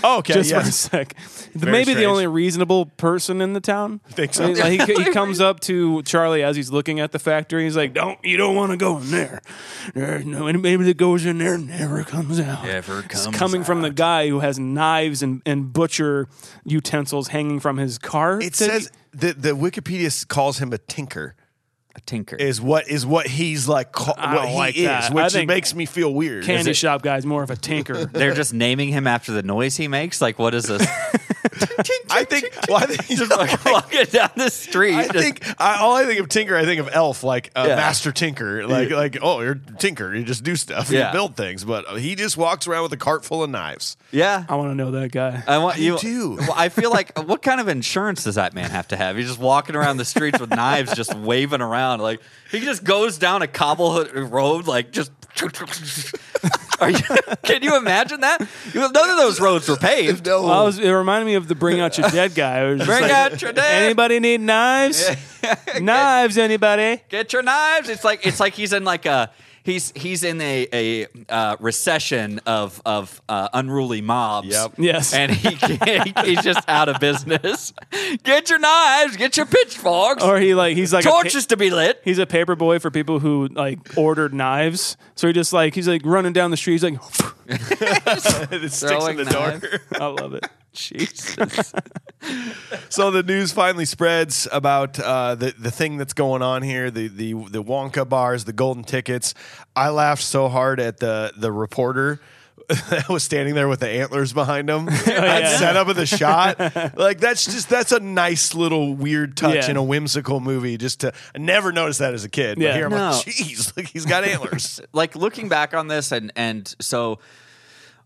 Okay, just for a yes. sec. The- Very Maybe the strange. only reasonable person in the town. Think so? I mean, [laughs] like, he, he comes up to Charlie as he's looking at the factory. He's like, "Don't you don't want to go in there? There's no anybody that goes in there never comes out. Never It's comes coming from the guy who has knives and, and butcher utensils hanging from his car. it says the the Wikipedia s- calls him a tinker. A tinker. is what is what he's like ca- I what don't he like is, that. I which think makes me feel weird. candy shop guy's more of [laughs] a tinker. They're just naming him after the noise he makes. Like, what [laughs] is this? Oh I think. Well, I [laughs] think. Walking down the street. I think I, all I think of Tinker, I think of Elf, like uh, Yeah. Master Tinker, like like oh you're Tinker, you just do stuff, Yeah. you build things, but uh, he just walks around with a cart full of knives. [laughs] yeah. I want to know that guy. I want you. do. Well, I feel like what kind of insurance does that man have to have? He's just walking around the streets with knives, just waving around. Like he just goes down a cobble road, like just [laughs] Are you, [laughs] can you imagine that? You- None of those roads were paved. No. Well, I was, it reminded me of the Bring [laughs] Out Your Dead guy. It was just Bring like, out your dead. Anybody need knives? [laughs] knives, anybody? Get your knives. It's like it's like he's in like a he's he's in a a uh, recession of of uh, unruly mobs. Yep. Yes. And he can't- he's just out of business. Get your knives. Get your pitchforks. Or he like he's like a pa- torches to be lit. he's a paper boy for people who like ordered knives. So he just like he's like running down the street. He's like, [laughs] it sticks in Throwing the [laughs] knives. dark. I love it. Jesus. So the news finally spreads about uh, the the thing that's going on here, the the the Wonka bars, the golden tickets. I laughed so hard at the the reporter [laughs] that was standing there with the antlers behind [laughs] Oh, him. That setup of the shot, like that's just that's a nice little weird touch Yeah. in a whimsical movie. Just to I never noticed that as a kid, Yeah. but here I'm No. like, jeez, look, he's got [laughs] antlers. like looking back on this and and so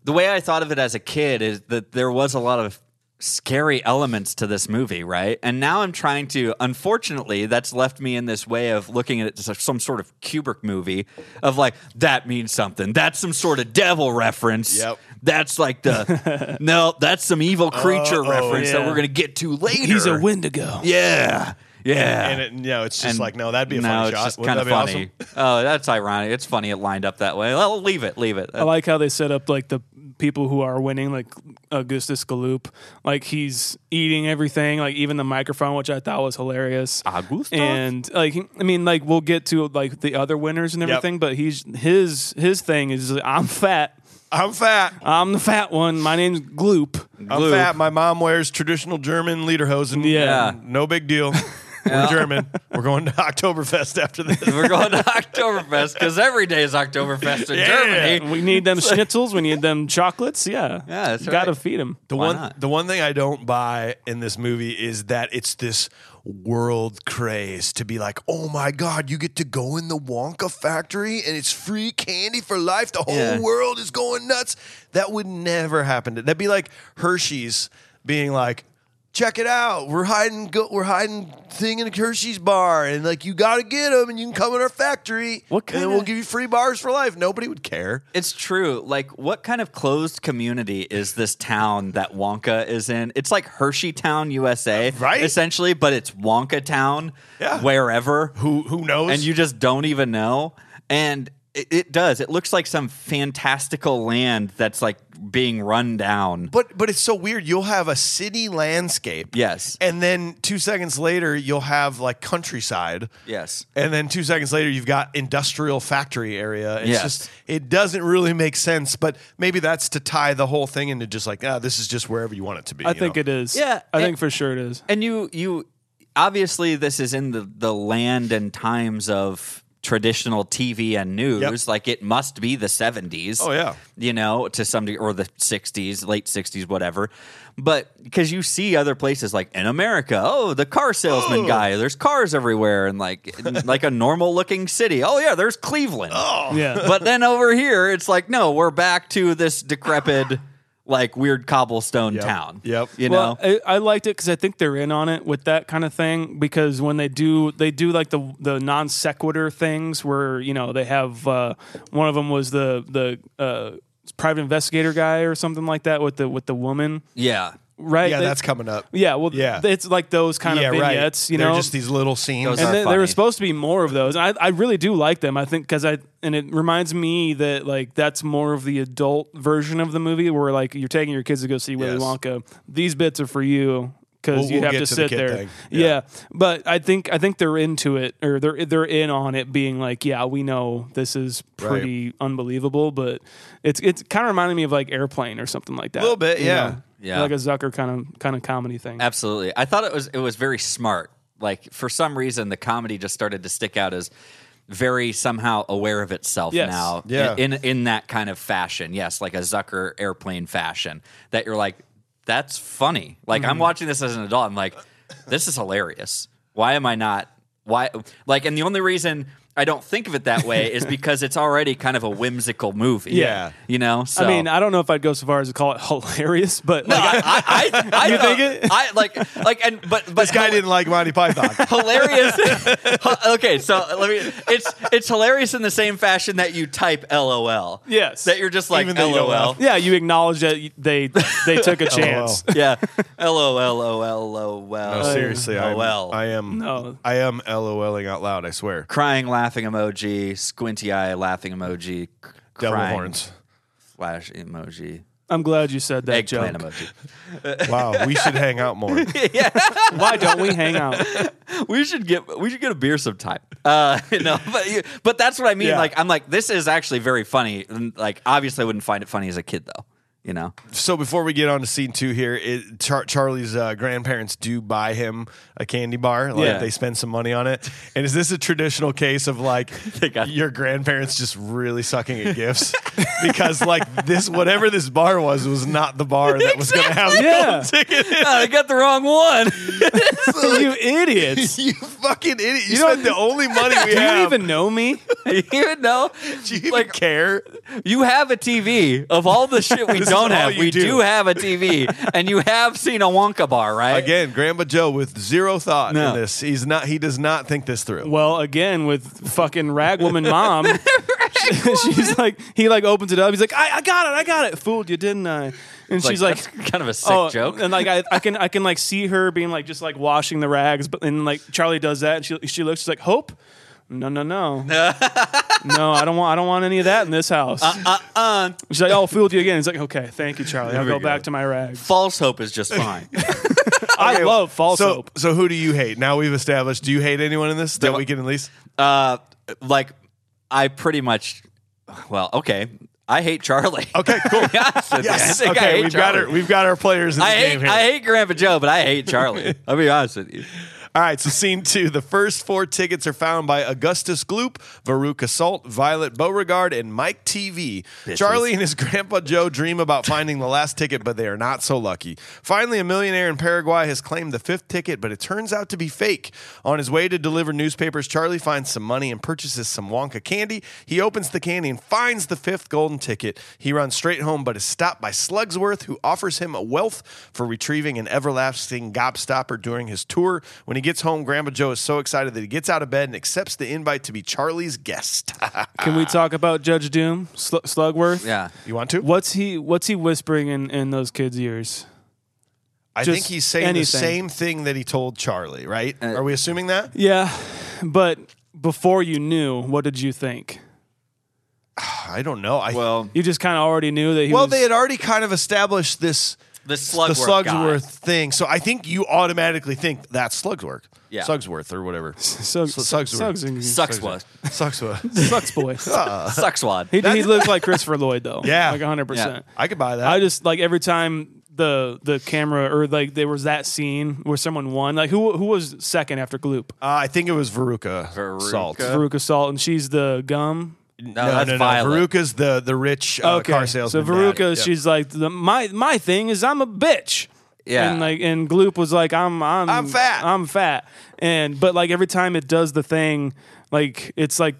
the way I thought of it as a kid is that there was a lot of scary elements to this movie, right? And now I'm trying to unfortunately that's left me in this way of looking at it as some sort of Kubrick movie of like that means something. That's some sort of devil reference. Yep. That's like the no, that's some evil creature reference that yeah. we're going to get to later. He's a Wendigo. Yeah. Yeah. And it, you know, it's just And like, no, that'd be a no, funny it's shot. just Wouldn't kind of that be funny. Oh, that's ironic. It's funny it lined up that way. Well, leave it, leave it. I like how they set up like the people who are winning, like Augustus Gloop. Like he's eating everything, like even the microphone, which I thought was hilarious. Augustus? And like I mean, like we'll get to like the other winners and everything, but he's his his thing is I'm fat. I'm fat. I'm the fat one. My name's Gloop. I'm fat. My mom wears traditional German lederhosen. Yeah. No big deal. We're German. We're going to Oktoberfest after this. [laughs] We're going to Oktoberfest because every day is Oktoberfest in Germany. We need [laughs] them schnitzels. We need them chocolates. Yeah, Yeah, that's You Gotta right. feed them. The Why one not? the one thing I don't buy in this movie is that it's this world craze to be like, "Oh my god, you get to go in the Wonka factory and it's free candy for life. The whole Yeah. world is going nuts." That would never happen. To, that'd be like Hershey's being like, "Check it out. We're hiding go, we're hiding thing in a Hershey's bar and like you got to get them and you can come in our factory What and then kinda- we'll give you free bars for life." Nobody would care. It's true. Like, what kind of closed community is this town that Wonka is in? It's like Hershey Town, USA, Uh, right. Essentially, but it's Wonka Town, Yeah. wherever. Who who knows? and you just don't even know. And it, it does. It looks like some fantastical land that's like being run down. But but it's so weird. You'll have a city landscape. Yes. And then two seconds later, you'll have like countryside. Yes. And then two seconds later, you've got industrial factory area. It's Yes. just it doesn't really make sense. But maybe that's to tie the whole thing into just like ah, this is just wherever you want it to be. I you think know? it is. Yeah, I and- think for sure [laughs] it is. And you you obviously this is in the the land and times of traditional TV and news. Yep. Like it must be the 70s. Oh, yeah. You know, to some degree or the 60s, late 60s whatever. But cuz you see other places like in America, oh, the car salesman guy, there's cars everywhere and like [laughs] like a normal looking city. Oh yeah, there's Cleveland. Oh. Yeah. But then over here it's like no, we're back to [laughs] this decrepit like weird cobblestone town. Yep. You know. well, I, I liked it because I think they're in on it with that kind of thing. Because when they do, they do like the the non sequitur things where you know they have uh, one of them was the the uh, private investigator guy or something like that with the with the woman, Yeah. right? Yeah, They- that's coming up. Yeah, well, Yeah. yeah. it's like those kind yeah, of vignettes, right. you They're know. just these little scenes. Those are and they, there funny. were supposed to be more of those. I, I really do like them. I think because I and it reminds me that like that's more of the adult version of the movie where like you're taking your kids to go see Willy Yes. Wonka. These bits are for you because We'll- you we'll have get to, to the sit kid there. thing. Yeah. but I think I think they're into it or they're they're in on it, being like, yeah, we know this is pretty unbelievable, but it's it's kind of reminded me of like Airplane or something like that. A little bit, yeah. Yeah. like a Zucker kind of kind of comedy thing. Absolutely. I thought it was it was very smart. Like for some reason the comedy just started to stick out as very somehow aware of itself Yes. now Yeah. in, in in that kind of fashion. Yes, like a Zucker airplane fashion that you're like that's funny. Like Mm-hmm. I'm watching this as an adult I'm like this is hilarious. Why am I not why like and the only reason I don't think of it that way [laughs] is because it's already kind of a whimsical movie. Yeah. you know. So. I mean, I don't know if I'd go so far as to call it [laughs] hilarious, but No, like, I, I, I, I [laughs] You don't- think it? I like like and but but This guy didn't like Monty [laughs] Python. Oh, hilarious. Hu- okay, so let me. It's it's hilarious in the same fashion that you type LOL. Yes. that you're just like Even though you don't LOL. laugh. yeah, you acknowledge that y- they they took a Oh, chance. [laughs] Yeah, LOL, LOL, LOL. No, seriously, Oh, I LOL. I am No. I am LOLing out loud. I swear. Crying, laughing emoji, squinty eye, laughing emoji, c- Devil crying, horns. flash emoji, I'm glad you said that eggplant joke. emoji. Wow, we should hang out more. Why don't we hang out? [laughs] we should get we should get a beer sometime. Uh, [laughs] you know, but you- but that's what I mean. Yeah. Like I'm like this is actually very funny. And, Like obviously I wouldn't find it funny as a kid though. You know, So before we get on to scene two here, it, Char- Charlie's uh, grandparents do buy him a candy bar. Like Yeah. they spend some money on it. And is this a traditional case of like got- your grandparents just really sucking at gifts? [laughs] because like this, whatever this bar was, was not the bar that was going to have the Yeah. ticket. I got the wrong one. you [laughs] idiots. You fucking idiot! You, You don't- spent the only [laughs] money we Do you have. even know me? [laughs] you even know, [laughs] Do you even like care? you have a TV. Of all the shit we [laughs] This is don't all have, you we do. do. have [laughs] a TV, and you have seen a Wonka bar, right? Again, Grandpa Joe with zero thought No. in this. He's not. He does not think this through. Well, again with fucking [laughs] ragwoman mom. [laughs] she's like, he like opens it up. He's like, I, I got it, I got it. Fooled you, didn't I? And Like, she's like, that's kind of a sick oh, joke. and like I, I can I can like see her being like just like washing the rags, but and like Charlie does that, and she she looks, she's like, hope. No, no, no, no! I don't want. I don't want any of that in this house. Uh, uh, She's like, "Oh, fooled you again." He's like, "Okay, thank you, Charlie. I'll There go, we go. back to my [laughs] [laughs] rags." False hope is just fine. [laughs] I love false so, Ah. hope. so who do you hate? Now we've established. Do you hate anyone in this that we can at least? uh, like I pretty much, well, okay, I hate Charlie. Okay, [laughs] cool. yes. Okay, we've got our we've got our players in the I game hate, here. I hate Grandpa Joe, but [laughs] I hate Charlie. I'll be honest with you. All right, so scene two. The first four tickets are found by Augustus Gloop, Veruca Salt, Violet Beauregard, and Mike TV. Charlie and his grandpa Joe dream about finding the last ticket, but they are not so lucky. Finally, a millionaire in Paraguay has claimed the fifth ticket, but it turns out to be fake. On his way to deliver newspapers, Charlie finds some money and purchases some Wonka candy. He opens the candy and finds the fifth golden ticket. He runs straight home, but is stopped by Slugsworth, who offers him a wealth for retrieving an everlasting gobstopper during his tour. When he gets home, Grandpa Joe is so excited that he gets out of bed and accepts the invite to be Charlie's [laughs] guest. Can we talk about Judge Doom, Sl- Slugworth? Yeah. you want to? What's he What's he whispering in in those kids' ears? I just think he's saying the anything. same thing that he told Charlie, right? Uh, Are we assuming that? Yeah, but before you knew, what did you think? I don't know. I, well, Well, You just kind of already knew that he was. they had already kind of established this. the Slugsworth. the Slugsworth guy. thing. So I think you automatically think that's Slugsworth. Yeah. Slugsworth or whatever. Sug- Slugsworth. [laughs] Sugsworth. sucks was Slugsworth. Sucks [laughs] boy. sucks wad. He, he looks like Christopher Lloyd though. Yeah. like 100. percent I could buy that. I just like every time the the camera or like there was that scene where someone won. Like who who was second after Gloop? uh, I think it was Veruca. Veruca. Salt. No, Veruca Salt, and she's the gum. No, that's Violet. Veruca's the the rich uh, car salesman. So Veruca, dad. Yep. she's like the, my my thing is I'm a bitch. Yeah. And like and Gloop was like I'm I'm I'm fat. I'm fat. And but like every time it does the thing, like it's like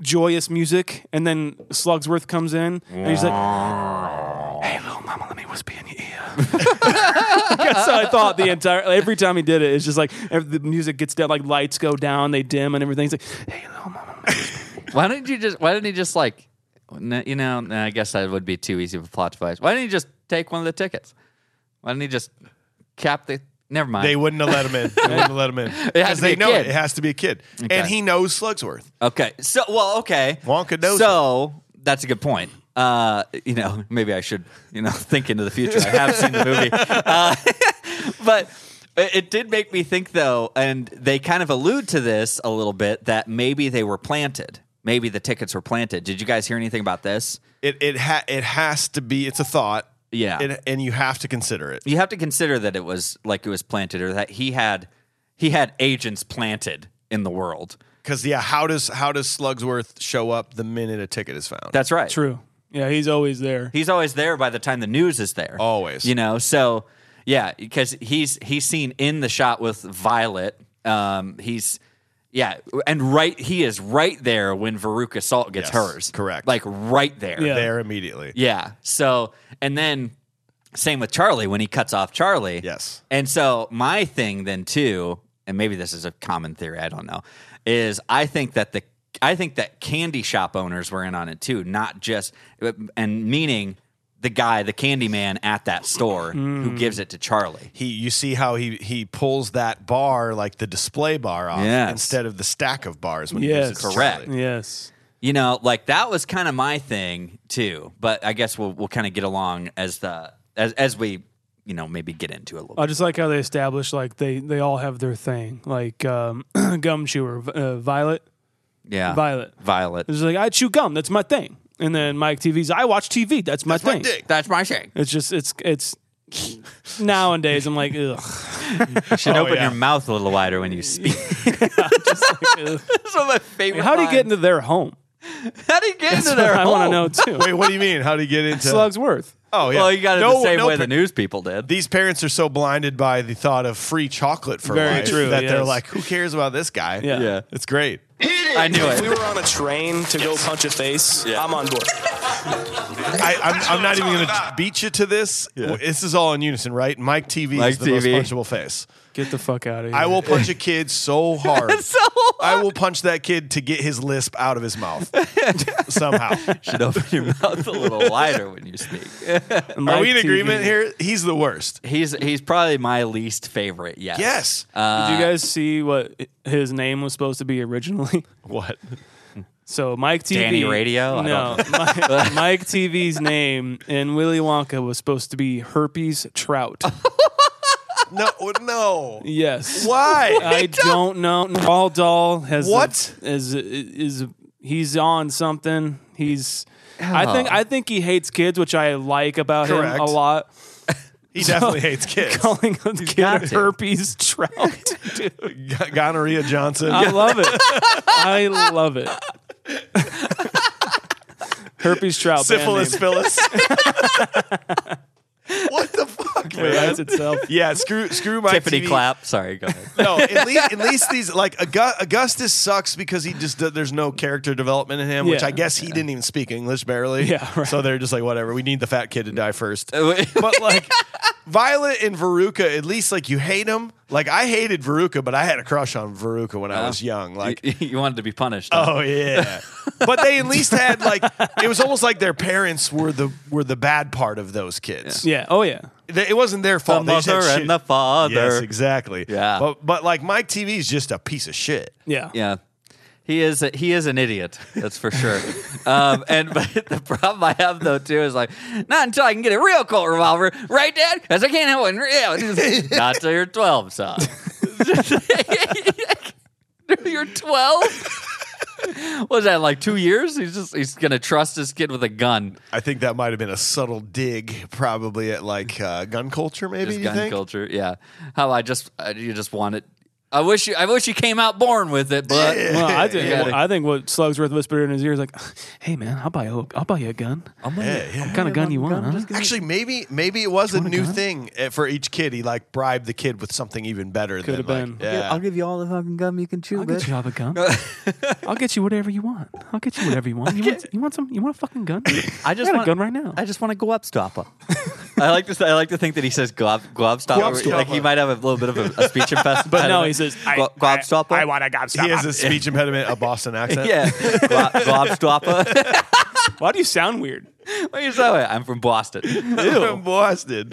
joyous music and then Slugsworth comes in and he's like Hey little mama, let me whisper in your ear. [laughs] That's how I thought the entire every time he did it, it's just like every, the music gets down, like lights go down, they dim and everything's like, Hey little mama. Why didn't you just? Why didn't he just like? n- You know, nah, I guess that would be too easy of a plot device. Why didn't he just take one of the tickets? Why didn't he just cap the? Never mind. They wouldn't have let him in. They wouldn't have let him in [laughs] It has because to they be a know kid. it. It has to be a kid, and he knows Slugsworth. Okay. So well, okay. Wonka knows So that's a good point. Uh, you know, [laughs] maybe I should, you know, [laughs] think into the future. I have seen the movie, uh, [laughs] but it it did make me think though, and they kind of allude to this a little bit that maybe they were planted. Maybe the tickets were planted. Did you guys hear anything about this? It it ha- it has to be. It's a thought. Yeah. It, and you have to consider it. You have to consider that it was like it was planted, or that he had he had agents planted in the world. Because yeah, how does how does Slugsworth show up the minute a ticket is found? That's right. True. Yeah, he's always there. he's always there by the time the news is there. Always. you know. So yeah, because he's he's seen in the shot with Violet. Um, he's Yeah, and right he is right there when Veruca Salt gets Yes, hers. correct. Like right there. Yeah. there immediately. Yeah. So, and then same with Charlie when he cuts off Charlie. Yes. And so my thing then too, and maybe this is a common theory, I don't know, is I think that the I think that candy shop owners were in on it too, not just and meaning the guy, the candy man at that store who gives it to Charlie. He, you see how he he pulls that bar like the display bar off Yes. instead of the stack of bars when he Yes. gives it to Correct. Charlie. Yes. You know, like that was kind of my thing too. But I guess we'll we'll kind of get along as the as as we you know maybe get into it a little. I just like how they establish like they they all have their thing. Like um, [clears throat] gum chewer, uh, Violet. bit. Yeah, Violet. Violet. It's like I chew gum. That's my thing. And then Mike TV's I watch TV. That's my thing. dick. That's my thing. It's just it's it's [laughs] nowadays I'm like ugh. [laughs] You should Oh, open yeah. your mouth a little wider when you [laughs] speak. [laughs] ugh. That's one of my favorite. How do you get into [laughs] their home? How do you get into That's their what [laughs] I want to home? know too. Wait, what do you mean? How do you [laughs] get into? Slugsworth. oh yeah, Well, you got it No- the same no way pa- the news people did. These parents are so blinded by the thought of free chocolate for Very life true, that they're yes. like, "Who cares about this guy?" Yeah. Yeah. it's great. I knew If we it. were on a train to go punch a face, I'm on board. I, I'm, I'm not even going to beat you to this. This is all in unison, right? Mike TV Mike is the TV. most punchable face. Get the fuck out of here. I will punch a kid so hard. [laughs] So I will punch that kid to get his lisp out of his [laughs] mouth somehow. [laughs] should open your mouth a little wider when you speak. Are we Mike in agreement TV. here? He's the worst. He's he's probably my least favorite. Yes. Yes. Uh, Uh, Did you guys see what his name was supposed to be originally? [laughs] what? So Mike TV, Danny Radio? I No, [laughs] Mike, Mike TV's name in Willy Wonka was supposed to be Herpes Trout. No, [laughs] no. Yes. Why? I don't know. Roald Dahl has a- What? is is he's on something. He's. I think I think he hates kids, which I like about Correct. him a lot. [laughs] he definitely [laughs] hates kids. Calling him got kid to. herpes trout, dude. G- Gonorrhea Johnson. I love it. I love it. Herpes trout. band syphilis [laughs] name. Phyllis. what the fuck, It man? writes itself. Yeah, screw screw my Tiffany TV. clap. Sorry, go [laughs] ahead. [laughs] No, at least at [laughs] least these like Augu- Augustus sucks because he just there's no character development in him, which Yeah. I guess he didn't even speak English barely. Yeah, right. so they're just like whatever. We need the fat kid to die first. but like Violet and Veruca, at least like you hate them. Like I hated Veruca, but I had a crush on Veruca when I was young. Like [laughs] you wanted to be punished. Oh yeah. but they at least had like it was almost like their parents were the were the bad part of those kids. Yeah. Oh yeah. They- It wasn't their the fault. they just mother had and shit- the father. Yes, exactly. Yeah. But but like Mike TV is just a piece of shit. Yeah. Yeah. He is a, he is an idiot. That's for sure. um, and but [laughs] the problem I have though too is like not until I can get a real Colt revolver, right, Dad? Because I can't have one [laughs] real. not till you're twelve, son. [laughs] you're twelve. Was that like two years? He's just he's gonna trust this kid with a gun. I think that might have been a subtle dig, probably at like uh, gun culture, maybe. His you gun think? culture. Yeah. How I just I, you just want it. I wish you I wish you came out born with it, but Well, I think Yeah. well, I think what Slugsworth whispered in his ear is like, "Hey man, I'll buy you, I'll buy you a gun. Yeah, yeah. What kind of gun you want? huh?" Actually, maybe maybe it was a new thing eh, for each kid. He like bribed the kid with something even better. Could have than, been. Like, yeah. give you all the fucking gum you can chew, I'll get you a [laughs] gun. I'll get you whatever you want. I'll get you whatever you want. You want, you want some? You want a fucking gun? I just got want a gun right now. I just want to go up, stopper. I like to. I like to think that he says glob globstopper. Like he might have a little bit of a, a speech impediment. But no, he says, I- Glo- globstopper. I, want He [laughs] has a speech impediment, a Boston accent. [laughs] Yeah, Glo- globstopper. [laughs] Why do you sound [laughs] weird? Why you say it? I'm from Boston. from Boston.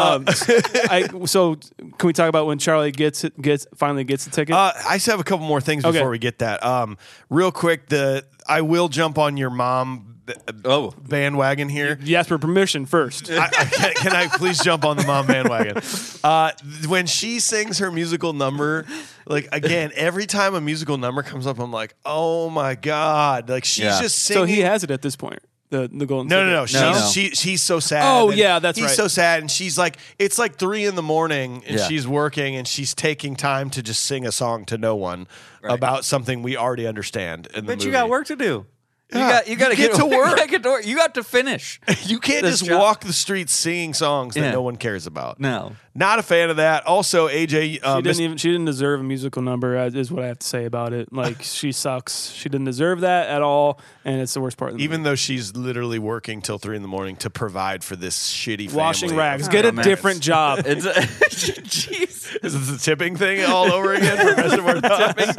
I, so can we talk about when Charlie gets it, gets finally gets the ticket? Uh, I just have a couple more things Okay. before we get that. Um, real quick, the I will jump on your mom b- Oh, bandwagon here. you asked for permission first. I, I, can, can I please jump on the mom bandwagon? Uh, th- when she sings her musical number, like again, every time a musical number comes up, I'm like, oh my god! Like she's Yeah. just singing. so he has it at this point. The the golden. No, no, ticket. no. She's, no. She, she's so sad. Oh, and yeah, that's he's right. so sad. And she's like, it's like three in the morning and Yeah. she's working and she's taking time to just sing a song to no one about something we already understand. In the but you movie. got work to do. You got you got to get to work. [laughs] You got to get to work. You got to finish. [laughs] You can't This just job- walk the streets singing songs that Yeah. no one cares about. No. Not a fan of that. Also, AJ, uh, She Miss- didn't even. She didn't deserve a musical number. uh, Is what I have to say about it. [laughs] Like she sucks. She didn't deserve that at all, and it's the worst part. Of the even though she's literally working till three in the morning to provide for this shitty family. movie. washing rags. I Get a don't know, man. [laughs] different job. It's a, [laughs] jeez. Is this the tipping thing all over [laughs] again? for Reservoir Dogs?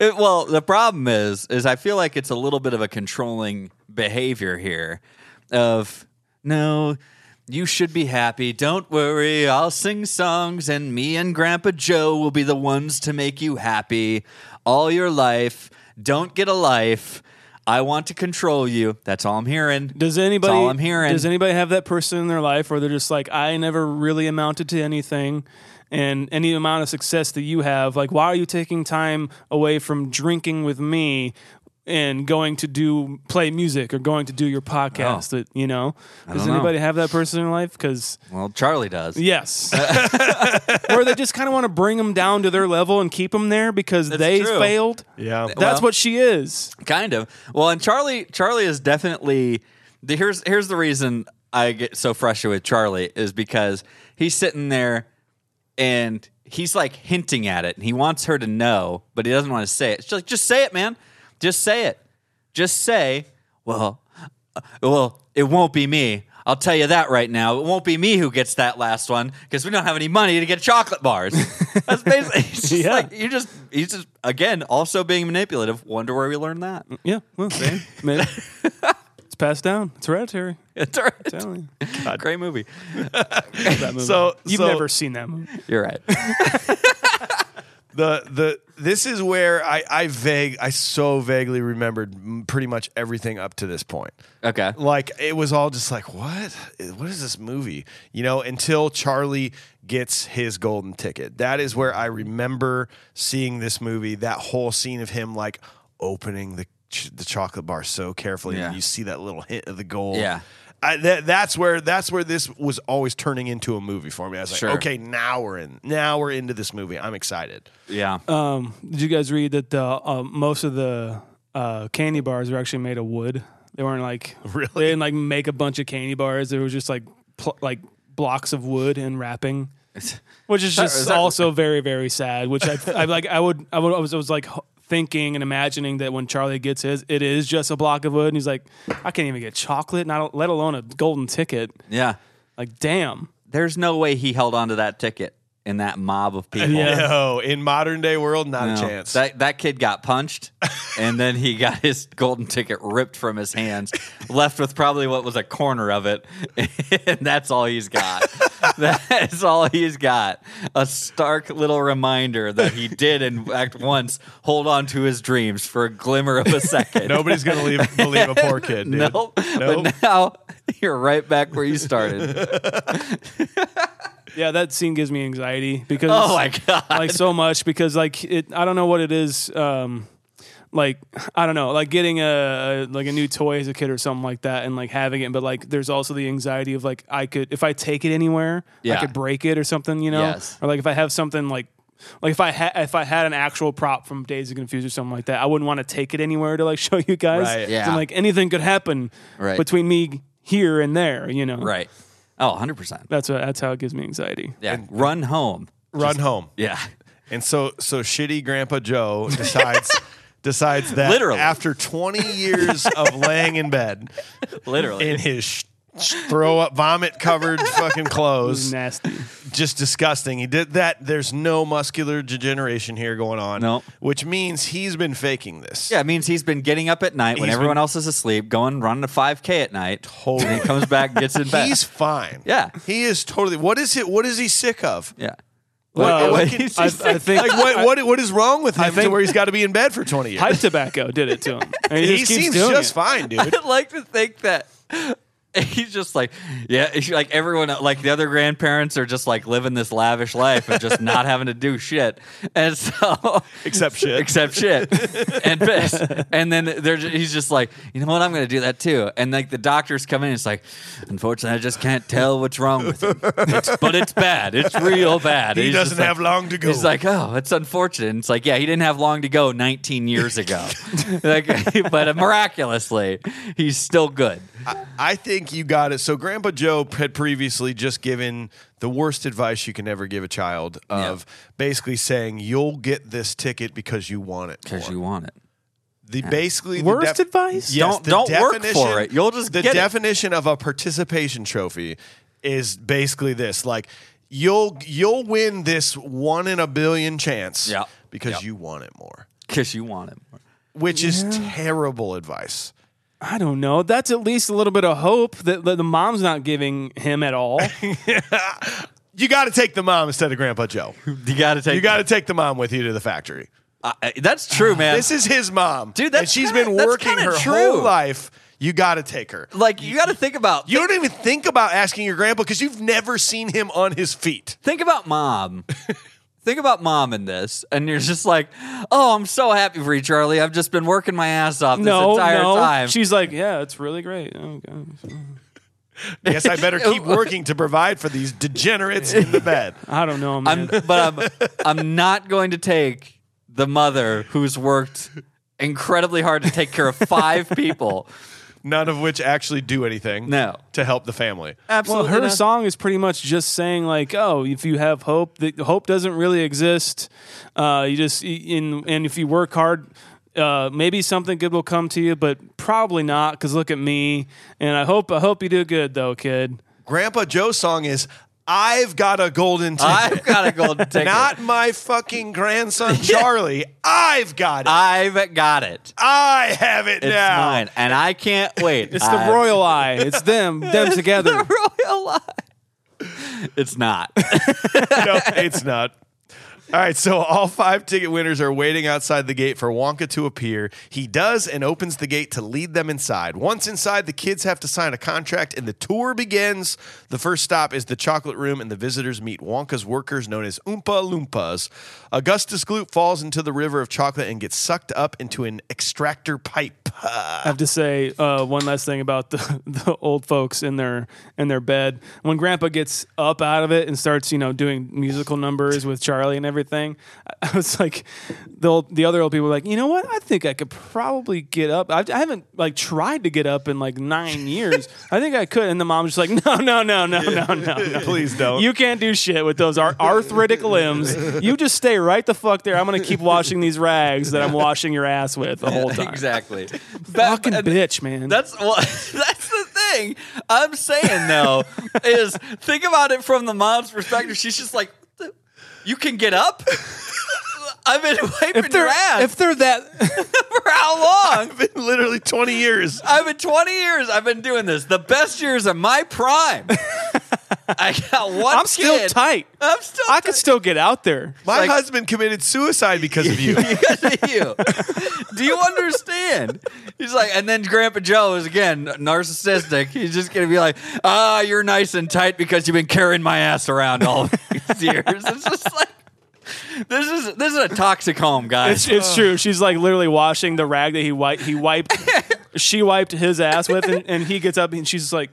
It- well, the problem is, is I feel like it's a little bit of a controlling behavior here. Of no, you should be happy. Don't worry, I'll sing songs, and me and Grandpa Joe will be the ones to make you happy all your life. Don't get a life. I want to control you. That's all I'm hearing. Does anybody? That's all I'm hearing. Does anybody have that person in their life where they're just like, I never really amounted to anything, and any amount of success that you have, like, why are you taking time away from drinking with me? And going to do play music or going to do your podcast, that you Oh. know. Does don't know. anybody have that person in their life? Because well, Charlie does. [laughs] Yes. or they just kind of want to bring them down to their level and keep them there because they true. failed. Yeah. That's Well- what she is. kind of well and charlie charlie is definitely the, here's here's the reason i get so frustrated with charlie is because he's sitting there and he's like hinting at it and he wants her to know but he doesn't want to say it she's like just say it man just say it just say well uh, well it won't be me i'll tell you that right now it won't be me who gets that last one because we don't have any money to get chocolate bars that's basically it's just Yeah. like you just he's just again also being manipulative wonder where we learned that Yeah. Well, [laughs] maybe. it's passed down. It's hereditary. [laughs] It's all I'm right. telling Great movie. you. [laughs] That movie. So- you've so- never seen that movie. You're right. the the this is where I I vague I so vaguely remembered m- pretty much everything up to this point. Okay. Like it was all just like what what is this movie? You know, until Charlie gets his golden ticket. That is where I remember seeing this movie. That whole scene of him like opening the ch- the chocolate bar so carefully, Yeah. and you see that little hint of the gold. Yeah. I, that, that's where that's where this was always turning into a movie for me. I was like, Sure. okay, now we're in. Now we're into this movie. I'm excited. [laughs] Yeah. Um, did you guys read that the uh, most of the uh, candy bars were actually made of wood? They weren't like really. They didn't like make a bunch of candy bars. They were just like pl- like blocks of wood and wrapping, which is just is that- also very very sad. Which I, I like. I would I would I was, I was like h- thinking and imagining that when Charlie gets his, it is just a block of wood, and he's like, I can't even get chocolate, not let alone a golden ticket. yeah. Like, damn. There's no way he held on to that ticket in that mob of people. [laughs] Yeah. No, in modern day world, not No. a chance. That that kid got punched, and then he got his golden ticket ripped from his hands, left with probably what was a corner of it, [laughs] and that's all he's got. that's all he's got. A stark little reminder that he did, in fact, once hold on to his dreams for a glimmer of [laughs] a [laughs] second. Nobody's gonna [laughs] leave, believe a poor kid. Dude. Nope. But now [laughs] you're right back where you started. Yeah, that scene gives me anxiety because Oh my God. like so much because like it I don't know what it is um like I don't know like getting a like a new toy as a kid or something like that and like having it but like there's also the anxiety of like I could if I take it anywhere I Yeah. could break it or something you know Yes. or like if I have something like like if I had if I had an actual prop from Days of Confused or something like that I wouldn't want to take it anywhere to like [laughs] show you guys Right. Yeah. 'Cause I'm like anything could happen Right. between me here and there you know right. Oh, 100%. that's what that's how it gives me anxiety Yeah. Run home. Run home. Yeah. And so, so shitty Grandpa Joe [laughs] decides decides that Literally. after 20 years [laughs] of laying in bed Literally. in his sh- sh- throw up vomit [laughs] covered fucking clothes, nasty. [laughs] just disgusting. He did that. There's no muscular degeneration here going on. No. which means he's been faking this. yeah, it means he's been getting up at night when He's everyone else is asleep, going running a 5K at night. Totally. And he comes back [laughs] and gets in bed. He's fine. Yeah. he is totally. What is it? What is he sick of? yeah. Well, What- what I, he's- Oh, I think Like what? [laughs] What? What is wrong with him to where he's got to be in bed for 20 years? pipe tobacco did it to him. And he, he just keeps seems doing [laughs] just it. fine, dude. I'd like to think that [laughs] he's just like, yeah, [laughs] he's like everyone, like the other grandparents are just like living this lavish life and just not having to do shit. And so, [laughs] Except shit. except shit [laughs] and piss. And then they're ju- he's just like, you know what, I'm going to do that too. And like the doctors come in, it's like, unfortunately, I just can't tell what's wrong with him, It's- but it's bad. It's real bad. He He's just doesn't like- have long to go. He's like, oh, it's unfortunate. And it's like, yeah, he didn't have long to go 19 [laughs] years ago, like, [laughs] but miraculously, he's still good. I think you got it. So Grandpa Joe had previously just given the worst advice you can ever give a child of basically saying you'll get this ticket because you want it. Because more." you want it. the basically the Worst advice? Yes, Don't- the don't work definition- for it. You'll just the get it. definition of a participation trophy is basically this: like you'll you'll win this one in a billion chance Yeah. because Yeah. you want it more, Because you want it more. which is terrible advice. I don't know. That's at least a little bit of hope that, that the mom's not giving him at all. You got to take the mom instead of Grandpa [laughs] Joe. You got to take You got to take the mom with you to the factory. I- I- that's true, man. This is his mom, Dude, that's and she's kinda- been that's working kinda her true. whole life. You got to take her. like, you got to think about. You don't even think about asking your grandpa because you've never seen him on his feet. think about mom. think about mom in this, and you're just like, oh, I'm so happy for you, Charlie. I've just been working my ass off this no, entire no. time. She's like, yeah, it's really great. Oh, God. Guess I [laughs] better keep working to provide for these degenerates in the bed. I don't know, I'm, man. but I'm, I'm not going to take the mother who's worked incredibly hard to take care of five people. None of which actually do anything. No. to help the family. well, Absolutely. her not. song is pretty much just saying like, "Oh, if you have hope, that hope doesn't really exist. Uh, you just in and if you work hard, uh, maybe something good will come to you, but probably not. Because look at me, and I hope I hope you do good though, kid. Grandpa Joe's song is "I've Got a Golden Ticket." I've got a [laughs] golden ticket. not my fucking [laughs] grandson Charlie. I've got it. I, I've got it. have it It's now. mine, and I can't wait. It's the I- royal eye. [laughs] It's them, them [laughs] together. royal lie. It's not. [laughs] no, it's not. All right, so all five ticket winners are waiting outside the gate for Wonka to appear. He does and opens the gate to lead them inside. Once inside, the kids have to sign a contract and the tour begins. The first stop is the chocolate room, and the visitors meet Wonka's workers known as Oompa Loompas. Augustus Gloop falls into the river of chocolate and gets sucked up into an extractor pipe. [laughs] I have to say uh, one last thing about the, [laughs] the old folks in their in their bed. When Grandpa gets up out of it and starts, you know, doing musical numbers with Charlie and everything, [laughs] I I was like, the old, the other old people were like, you know what? I think I could probably get up. I, I haven't like tried to get up in like nine years. I think I could. And the mom's just like, no, no, no, no, no, no, no. [laughs] Please don't. You can't do shit with those ar- arthritic limbs. You just stay right the fuck there. I'm gonna keep washing these rags that I'm washing your ass with [laughs] [laughs] the whole time. exactly. uh, Fucking bitch, man. That's well, [laughs] that's the thing I'm saying though is think about it from the mom's perspective. She's just like, "The- you can get up. [laughs] I've been wiping your ass if they're [laughs] that for how long? Literally 20 years. I've been 20 years. I've been doing this. The best years of my [laughs] prime. I got one. I'm still kid. tight. I'm still. I could still get out there. My like- husband committed suicide because of [laughs] you. because of you. Do you understand? He's like, and then Grandpa Joe is again narcissistic. He's just gonna be like, ah, you're nice and tight because you've been carrying my ass around all [laughs] these years. It's just like this is this is a toxic home, guys. It's, it's true. She's like literally washing the rag that he wiped. [laughs] He wiped. she wiped his ass with, and, and he gets up and she's just like,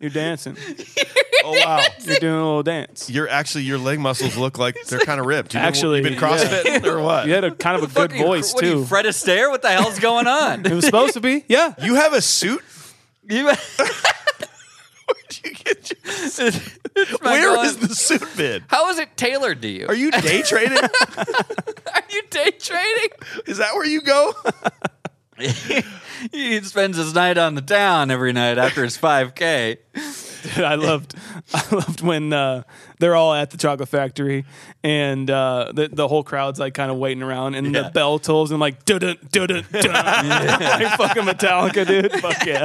"You're dancing. Oh, wow. You're doing a little dance. You're actually your leg muscles look [laughs] like they're kind of ripped. You've Actually, been, you've been CrossFitting or what? You had a kind of a good Fucking- voice what are you, too. Fred Astaire, what the hell's going on? [laughs] [laughs] It was supposed to be. Yeah. You have a [laughs] suit. You- You get your- It's my Where God. is the suit bid? How is it tailored to you? Are you [laughs] day trading? Are you day trading? Is that where you go? He spends his night on the town every night after his 5K. Dude, [laughs] I loved, I loved when uh, they're all at the chocolate factory and uh, the the whole crowd's like kind of waiting around, and the bell tolls, and I'm like, dun dun dun dun, dun. [laughs] like fucking Metallica, dude. Fuck yeah.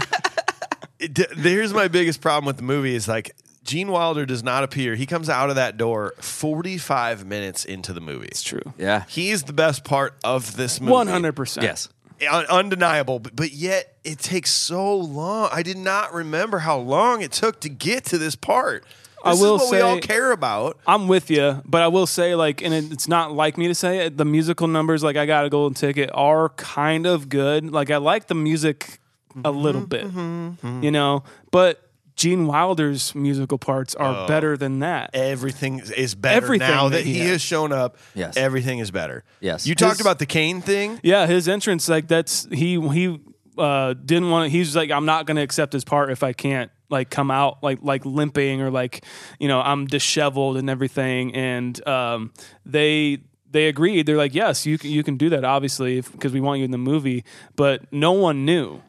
It- d- Here's my biggest problem with the movie is like Gene Wilder does not appear. He comes out of that door 45 minutes into the movie. It's True. Yeah. He is the best part of this movie. One hundred percent. Yes. Un- undeniable, but, but yet it takes so long. I did not remember how long it took to get to this part. I This will is what we all say- care about. I'm with you, but I will say, like, and it, it's not like me to say it. The musical numbers, like, I got a golden ticket, are kind of good. Like, I like the music a little bit, you know, but Gene Wilder's musical parts are better than that. Everything is better Everything now that, that he he had. has shown up. Yes. everything is better. Yes. you talked His- about the Kane thing. Yeah, his entrance, like, that's he he uh, didn't want. to He's like, I'm not going to accept this part if I can't like come out like like limping or like you know I'm disheveled and everything. And um, they they agreed. They're like, yes, you can, you can do that, obviously, because we want you in the movie. But no one knew.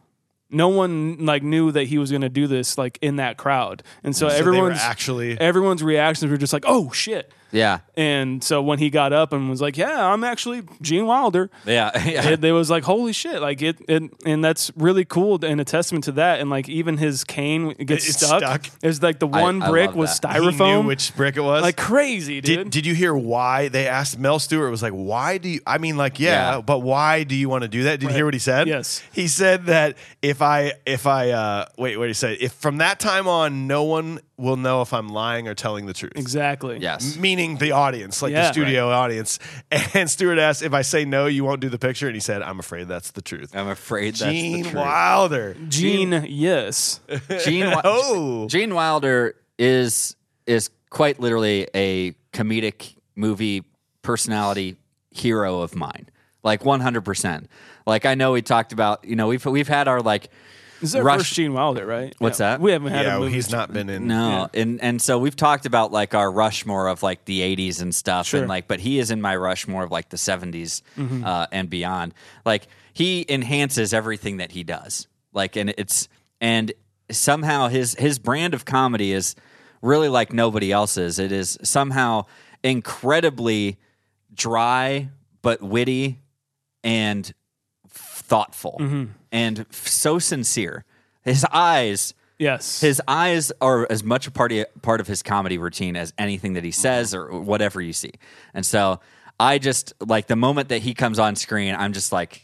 No one like knew that he was going to do this like in that crowd, and so, So they were everyone's actually- everyone's reactions were just like, "Oh shit!" Yeah. And so when he got up and was like, "Yeah, I'm actually Gene Wilder," Yeah. [laughs] yeah. it, it was like holy shit like it, it and that's really cool and a testament to that and like even his cane gets It's stuck, stuck. it's like the one I brick love was that. He styrofoam knew which brick it was. like crazy dude Did, did you hear why they asked Mel Stewart? Was like, why do you? I mean, like, yeah, Yeah. but why do you want to do that? Did you hear what he said? Yes. he said that if I, if I, uh, wait, what did he say? If from that time on, no one will know if I'm lying or telling the truth. exactly yes. Meaning the audience, like Yeah. the studio audience. [laughs] And Stewart asked, if I say no, you won't do the picture. And he said, I'm afraid that's the truth. I'm afraid that's Gene the truth. Wilder. Gene yes [laughs] Gene, Wi- Oh. Gene Wilder is is quite literally a comedic movie personality hero of mine. Like 100%. Like I know we talked about, you know, we've we've had our like this is our Rush- first Gene Wilder right What's Yeah. that? we haven't had a Yeah, movie he's not been in. No, and and so we've talked about like our Rushmore of like the '80s and stuff, and like, but he is in my Rushmore of like the '70s uh, and beyond. Like he enhances everything that he does. Like, and it's and somehow his his brand of comedy is really like nobody else's. It is somehow incredibly dry but witty and thoughtful and f- so sincere. His eyes yes his eyes are as much a part of, part of his comedy routine as anything that he says or whatever you see. And so I just like the moment that he comes on screen, I'm [laughs] just like,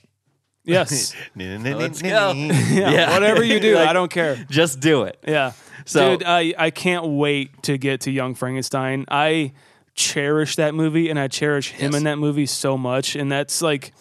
yes Let's go. yeah. whatever you [laughs] do I don't care [laughs] just do it. Yeah. So- dude, I, I can't wait to get to Young Frankenstein. I cherish that movie and I cherish him in that movie so much. And that's like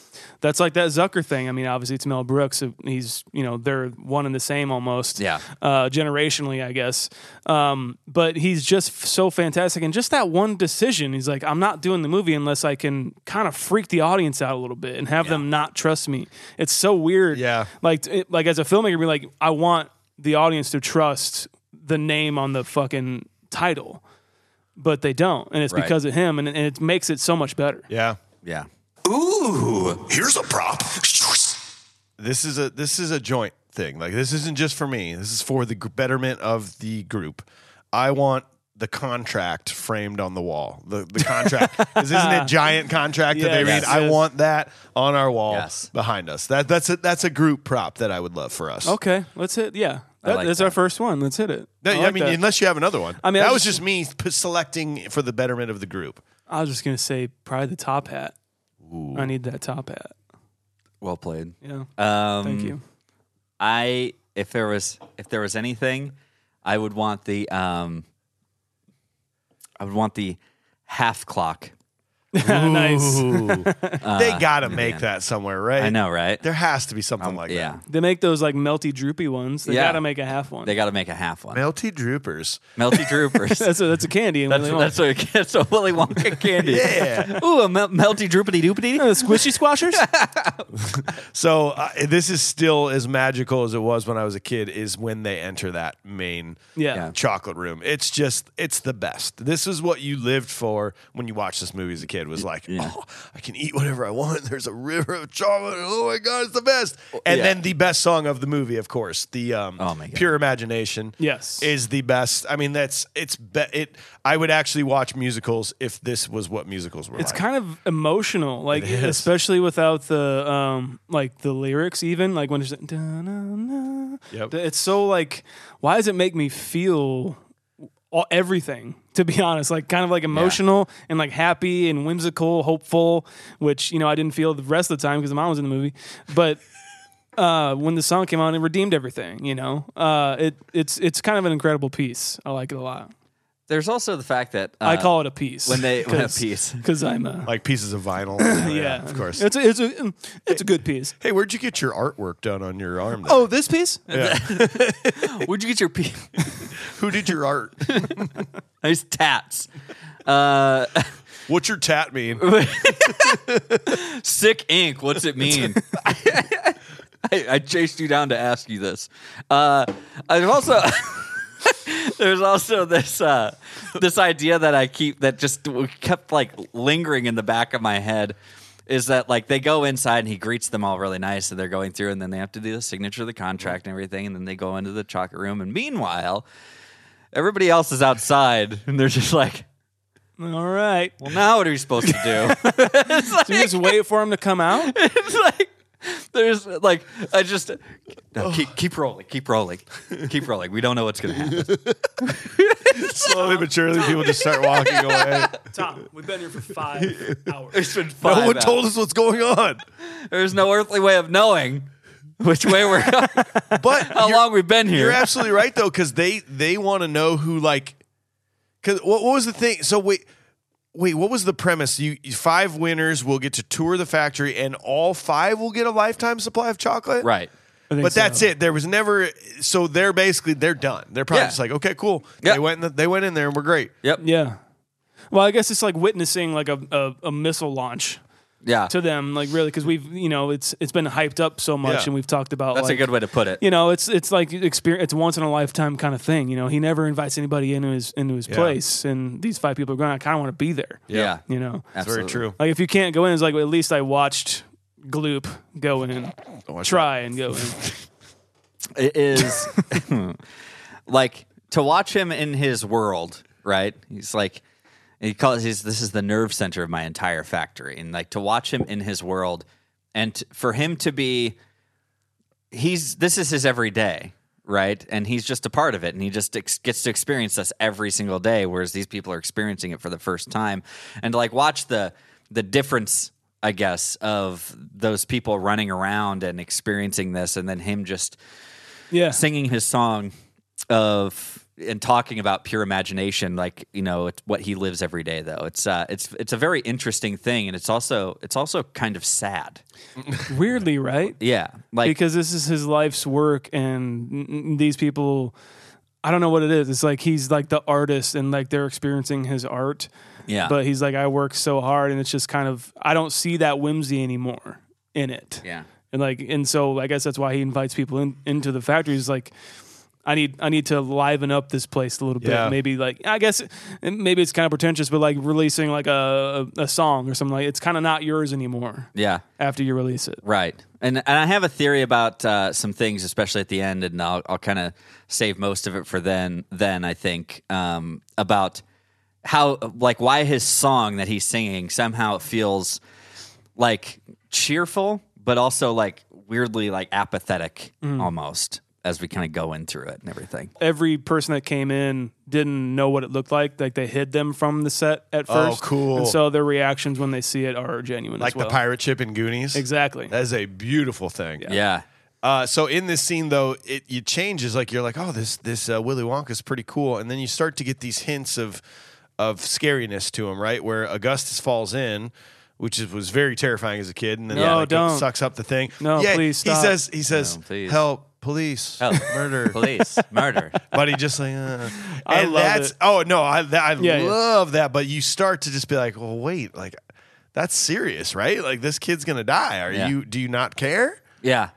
that's like that Zucker thing. I mean, obviously it's Mel Brooks. so He's you know, they're one and the same almost. Yeah. Uh generationally, I guess. Um, but he's just f- so fantastic. And just that one decision, he's like, I'm not doing the movie unless I can kind of freak the audience out a little bit and have them not trust me. It's so weird Yeah. like it, like as a filmmaker be like i want the audience to trust the name on the fucking title but they don't and it's Right. because of him and, and it makes it so much better [laughs] Yeah. Yeah. Ooh, here's a prop. this is a this is a joint thing. Like this isn't just for me. This is for the gr- betterment of the group. I want the contract framed on the wall. The the [laughs] contract 'Cause isn't it giant contract that they read. Yes. I Yes. want that on our wall Yes. behind us. That that's a that's a group prop that I would love for us. okay let's hit yeah that, like that's that. our first one let's hit it That- I, like mean, that. unless you have another one. I mean, I that was was just me p- selecting for the betterment of the group. i was just gonna say probably the top hat i need that top hat Well played. yeah Um, thank you I if there was if there was anything, I would want the um, I would want the half clock. nice Uh, they gotta make that somewhere, right? I know, right? There has to be something like Um, yeah. that. they make those like melty droopy ones they Yeah. gotta make a half one They got to make a half one. Melty droopers. Melty [laughs] droopers. that's a, that's a candy and That's what they that's what that's what Willy Wonka candy. [laughs] Yeah. Ooh, a mel- melty droopity doopity. want. Uh, [laughs] squishy [laughs] squashers So uh, this is still as magical as it was when I was a kid. Is when they enter that main Yeah. Yeah. chocolate room. It's just it's the best. This is what you lived for when you watched this movie as a kid. Was like, oh, I can eat whatever I want. There's a river of chocolate. Oh my god, it's the best. And Oh, Yeah. then the best song of the movie, of course, the um, Oh my God. pure imagination. Yes. is the best. I mean, that's it's be- it. I would actually watch musicals if this was what musicals were. It's like. kind of emotional, like especially without the um, like the lyrics. Even like when it's like, "Da-na-na." Yep. it's so like, why does it make me feel all everything to be honest like kind of like emotional and like happy and whimsical hopeful which you know i didn't feel the rest of the time because the mom was in the movie but [laughs] uh when the song came on it redeemed everything you know uh it it's it's kind of an incredible piece i like it a lot There's also the fact that uh, i call it a piece when they- [laughs] when a piece. because i'm a like pieces of vinyl. yeah, [laughs] of course. it's a, it's a it's a good piece hey, where'd you get your artwork done on your arm? there? oh this piece Where'd you get your pee? [laughs] Who did your art? nice tats. Uh, What's your tat mean? sick ink. What's it mean? [laughs] I, I chased you down to ask you this. Uh, there's also [laughs] there's also this uh, this idea that I keep that just kept like lingering in the back of my head is that like they go inside and he greets them all really nice and they're going through and then they have to do the signature of the contract and everything and then they go into the chocolate room and meanwhile everybody else is outside and they're just like all right well now what are we supposed to [laughs] do [laughs] so you just wait for him to come out it's like there's like I just no, keep keep rolling, keep rolling, keep rolling. We don't know what's [laughs] gonna happen. Slowly but surely, people just start walking away. [laughs] Tom, we've been here for five hours. It's been five No one hours. told us what's going on. There's no earthly way of knowing which [laughs] way we're [laughs] But how long we've been You're here. absolutely right though, because they they want to know who like, because what, what was the thing? So wait, wait, what was the premise? You you- five winners will get to tour the factory, and all five will get a lifetime supply of chocolate. Right. But that's it. There was never. So they're basically they're done. They're probably Yeah. just like, okay, cool. Yeah. They went. In the, they went in there and we're great. Yep. Yeah. Well, I guess it's like witnessing like a, a, a missile launch Yeah. to them, like really, because we've you know it's it's been hyped up so much, Yeah. and we've talked about That's like, a good way to put it. You know, it's it's like experience. It's once in a lifetime kind of thing. You know, he never invites anybody into his into his place, and these five people are going. I kind of want to be there. Yeah. You know, That's very Absolutely. true. like if you can't go in, it's like well, at least I watched Gloop go in, try [laughs] and go in. It is [laughs] like to watch him in his world, right? He's like he calls he's this is the nerve center of my entire factory. And like to watch him in his world and t- for him to be he's this is his everyday, right? And he's just a part of it and he just ex- gets to experience this every single day whereas these people are experiencing it for the first time. And to like watch the the difference I guess of those people running around and experiencing this and then him just Yeah. singing his song of and talking about pure imagination like you know it's what he lives every day though it's uh it's it's a very interesting thing and it's also it's also kind of sad Weirdly, right? yeah like because this is his life's work and n- n- these people i don't know what it is it's like he's like the artist and like they're experiencing his art Yeah. but he's like i work so hard and it's just kind of i don't see that whimsy anymore in it yeah and like and so i guess that's why he invites people in, into the factory he's like I need I need to liven up this place a little bit. Yeah. Maybe like I guess and maybe it's kind of pretentious, but like releasing like a, a, a song or something like it's kind of not yours anymore yeah after you release it. Right. And and I have a theory about uh, some things, especially at the end, and I'll I'll kind of save most of it for then. Then I think um, about how like why his song that he's singing somehow it feels like cheerful, but also like weirdly like apathetic almost as we kind of go in through it and everything. every person that came in didn't know what it looked like. Like they hid them from the set at Oh, first. cool. And so their reactions when they see it are genuine. Like as well. the pirate ship in Goonies. Exactly. That is a beautiful thing. Yeah. Uh, so in this scene, though, it, it changes. Like you're like, oh, this this uh, Willy Wonka is pretty cool, and then you start to get these hints of of scariness to him, right? Where Augustus falls in, which is, was very terrifying as a kid, and then No, like, it don't. sucks up the thing. No, yeah, please He stop. says he says No, please. help. Police, Help. murder, [laughs] Police, murder. but he just like, uh. [laughs] I and love that's it. oh no, I that, I Yeah, yeah. love that. But you start to just be like, well, wait, like that's serious, right? Like this kid's gonna die. Are Yeah. you? Do you not care? Yeah.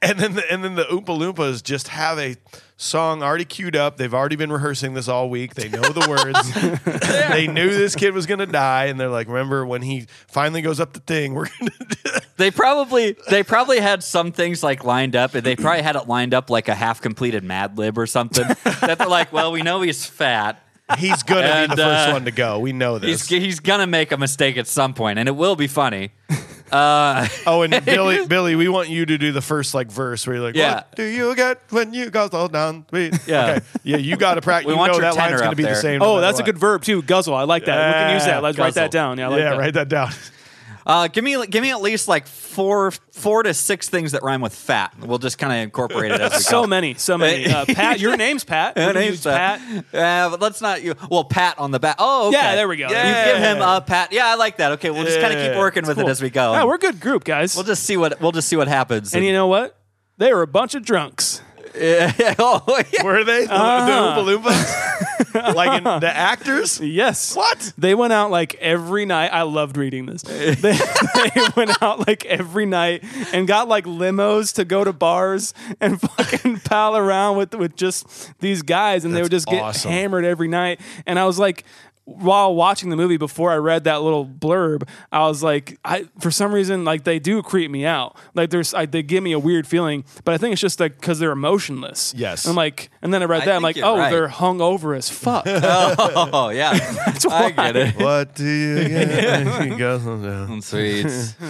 And then the, and then the Oompa Loompas just have a song already queued up. They've already been rehearsing this all week. They know the words. [laughs] [laughs] they knew this kid was gonna die, and they're like, "Remember when he finally goes up the thing? We're gonna." [laughs] do it." They probably they probably had some things like lined up, and [clears throat] they probably had it lined up like a half completed Mad Lib or something. that they're like, well, we know he's fat. He's gonna And, be the first uh, one to go. We know He's this. he's gonna make a mistake at some point, and it will be funny. Uh, Oh, and [laughs] Billy, Billy, we want you to do the first like verse where you're like, Yeah. "What do you get when you guzzle down?" Sweet? Yeah. okay. yeah, you got to practice. [laughs] We you want know your that line's tenor going to up be the there. same. no Oh, matter that's a what. good verb too. Guzzle. I like that. we can use that. Let's write that guzzle. down. Yeah, I like yeah, that. write that down. [laughs] uh, give me give me at least like four four to six things that rhyme with fat. We'll just kind of incorporate it as we go. [laughs] So [laughs] many, so many. Uh, Pat, your name's Pat. My We can name's use Pat. Yeah, but let's not. You, well, Pat on the back. Oh, okay. Yeah, there we go. You give him a pat. Yeah, I like that. Okay, we'll just kind of keep Yeah. working with it as we go. Yeah, we're a good group, guys. We'll just see what we'll just see what happens. and you know what? They were a bunch of drunks. [laughs] oh, yeah. Were they the, Uh-huh. the Oompa [laughs] Loompas? like in the actors? Yes. What? They went out like every night. I loved [laughs] reading this. They, they went out like every night and got like limos to go to bars and [laughs] fucking pal around with with just these guys, and they would just get awesome. hammered every night. And I was like. While watching the movie, before I read that little blurb, I was like, I for some reason like they do creep me out. Like there's, I, they give me a weird feeling, but I think it's just like because they're emotionless. Yes. And I'm like, and then I read I that, I'm think like, you're oh, right. they're hung over as fuck. [laughs] Oh, yeah. I get it. What do you get when you guzzle down? Sweet. [laughs]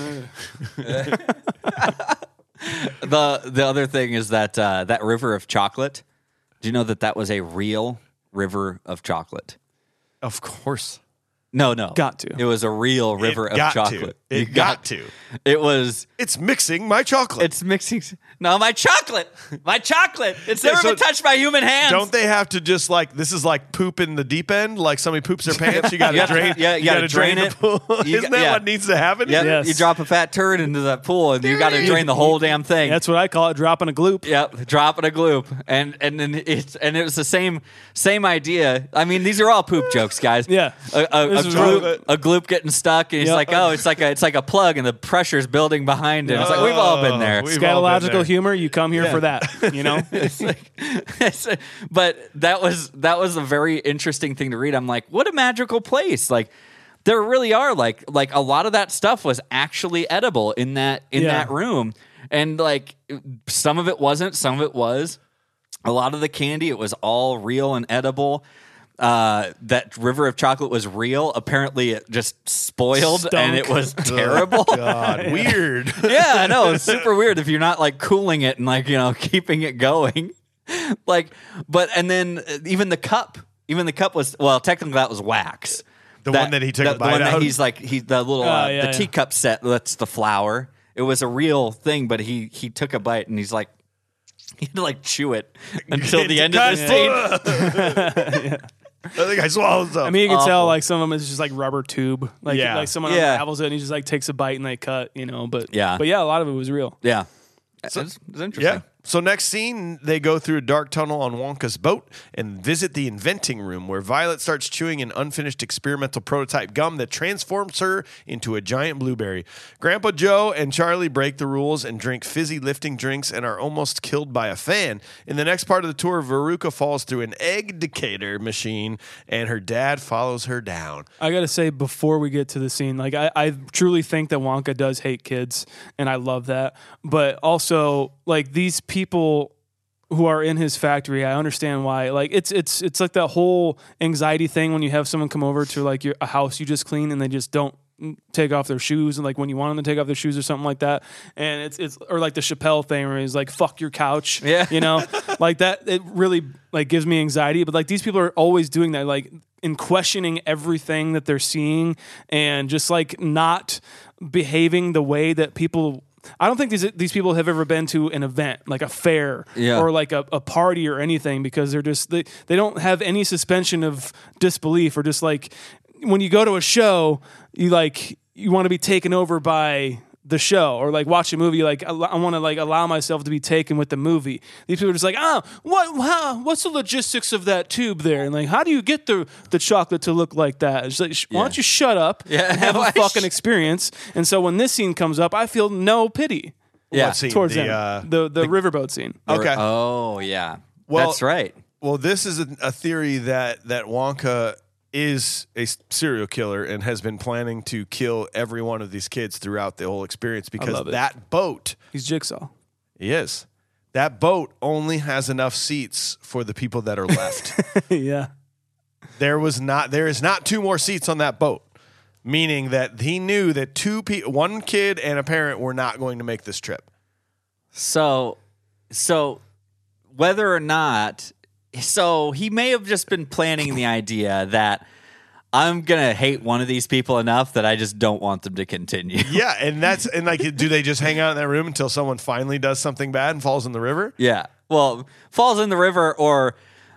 the the other thing is that uh, that river of chocolate. Do you know that that was a real river of chocolate? Of course, No, no. Got to. It was a real river It of got chocolate. To. It You got, to. It was. It's mixing my chocolate. It's mixing. No, my chocolate. My chocolate. It's Yeah, never so been touched by human hands. don't they have to just like this is like poop in the deep end? Like somebody poops their pants, you got to gotta- drain. [laughs] yeah, you gotta gotta drain the it. pool. [laughs] You Isn't got- that yeah. what needs to happen? Yep. Yes. You drop a fat turd into that pool and you got to drain the whole damn thing. That's what I call it, dropping a gloop. Yep, dropping a gloop, and and then it's and it was the same same idea. I mean, these are all poop jokes, guys. Yeah. a, a, a This is all of gloop, it. a gloop getting stuck, and it's Yep. like, oh, it's like a it's like a plug, and the pressure's building behind it. It's like we've all been there. Oh, we- [laughs] We've all been Scatological there. humor, you come here for that, [laughs] you know? It's like- it's- but that was that was a very interesting thing to read. I'm like, what a magical place! Like. There really are like like a lot of that stuff was actually edible in that in Yeah. that room, and like some of it wasn't, some of it was. a lot of the candy it was all real and edible uh, that river of chocolate was real apparently it just spoiled Stunk. and it [laughs] was terrible God, weird. [laughs] yeah i know it's super weird if you're not like cooling it and like you know [laughs] keeping it going like but and then uh, even the cup even the cup was well technically that was wax The one that he took a the one bite that out? he's like he the little uh, Oh, yeah, the yeah. teacup set that's the flower it was a real thing but he he took a bite and he's like [laughs] he had to like [laughs] chew it until the end of the God, [laughs] scene I think I swallowed I something. mean, you can tell, like, some of them is just like rubber tube. Like, Yeah. like someone Yeah. unravels it and he just like takes a bite and they cut, you know? But Yeah. But yeah, a lot of it was real. Yeah. It's it's interesting. Yeah. So next scene, they go through a dark tunnel on Wonka's boat and visit the inventing room where Violet starts chewing an unfinished experimental prototype gum that transforms her into a giant blueberry. Grandpa Joe and Charlie break the rules and drink fizzy lifting drinks and are almost killed by a fan. In the next part of the tour, Veruca falls through an egg decatur machine and her dad follows her down. I gotta say, before we get to the scene, like I, I truly think that Wonka does hate kids, and I love that. But also, like these people who are in his factory, I understand why. Like it's it's it's like that whole anxiety thing when you have someone come over to like your a house you just cleaned and they just don't take off their shoes and like when you want them to take off their shoes or something like that and it's it's or like the Chappelle thing where he's like fuck your couch Yeah. [laughs] you know like that it really like gives me anxiety but like these people are always doing that like in questioning everything that they're seeing and just like not behaving the way that people I don't think these these people have ever been to an event like a fair Yeah. or like a, a party or anything because they're just they, they don't have any suspension of disbelief or just like when you go to a show you like you want to be taken over by the show or like watch a movie like I, want to like allow myself to be taken with the movie these people are just like oh what how, what's the logistics of that tube there and like how do you get the the chocolate to look like that it's like "Sh- why don't you shut up Yeah. [laughs] and have Why a sh- fucking experience and so when this scene comes up I feel no pity Yeah. What scene? towards The, the, end. uh, the, the riverboat scene okay. Oh, yeah. Well- That's right. Well, this is a, a theory that that Wonka is a s- serial killer and has been planning to kill every one of these kids throughout the whole experience because love it. that boat he's jigsaw yes, that boat only has enough seats for the people that are [laughs] left. yeah there was not there is not two more seats on that boat. meaning that he knew that two pe- one kid and a parent were not going to make this trip. So, so whether or not, so he may have just been planning the idea that I'm gonna hate one of these people enough that I just don't want them to continue. Yeah, and that's and like, do they just hang out in that room until someone finally does something bad and falls in the river? [laughs] Yeah. Well, falls in the river or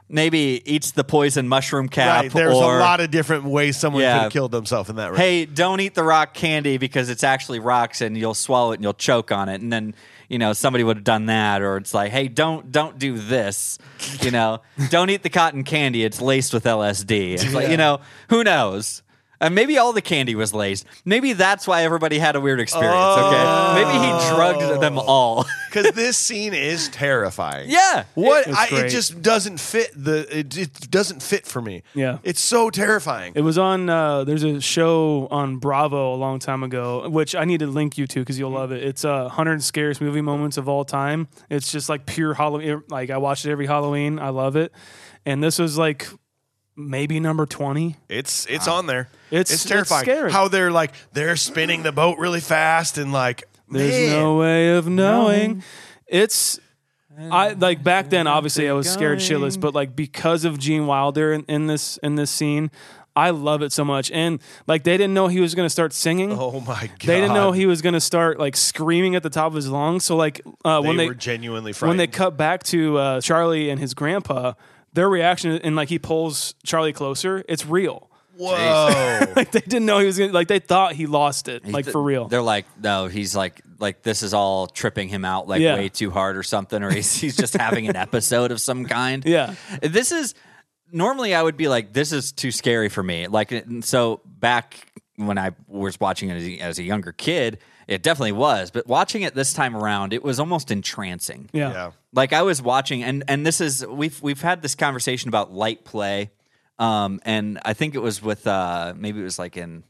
maybe eats the poison mushroom cap. right. There's or, a lot of different ways someone Yeah. could have killed themselves in that room. hey, don't eat the rock candy because it's actually rocks and you'll swallow it and you'll choke on it. And then, you know, somebody would have done that. Or it's like, hey, don't don't do this. You know, don't eat the cotton candy. It's laced with LSD. It's like, you know, who knows? And maybe all the candy was laced. Maybe that's why everybody had a weird experience. Okay, maybe he drugged them all. [laughs] because this scene is terrifying. Yeah. what It was I, it great. just doesn't fit the it, it doesn't fit for me. Yeah. it's so terrifying. It was on. Uh, there's a show on Bravo a long time ago, which I need to link you to because you'll love it. It's a uh, 100 scariest movie moments of all time. It's just like pure Halloween. Like I watch it every Halloween. I love it. And this was like maybe number 20. It's it's on there. It's- it's terrifying. it's scary. How they're like they're spinning the boat really fast and like There's man. no way of knowing. It's I like back then. Obviously, I was scared shitless, but like because of Gene Wilder in, in this in this scene, I love it so much. And like they didn't know he was going to start singing. Oh my god! They didn't know he was going to start like screaming at the top of his lungs. So like uh, They when they were genuinely when frightened. they cut back to uh, Charlie and his grandpa, their reaction and like he pulls Charlie closer. It's real. Whoa! [laughs] Like they didn't know he was gonna, like they thought he lost it. like Th- for real. They're like, no, he's like, like this is all tripping him out, like Yeah. way too hard or something, or he's he's just having an episode of some kind. Yeah. this is normally I would be like, this is too scary for me. Like, and so back when I was watching it as a, as a younger kid, it definitely was. But watching it this time around, it was almost entrancing. Yeah. yeah, Like I was watching, and and this is we've we've had this conversation about light play, um, and I think it was with uh, maybe it was like in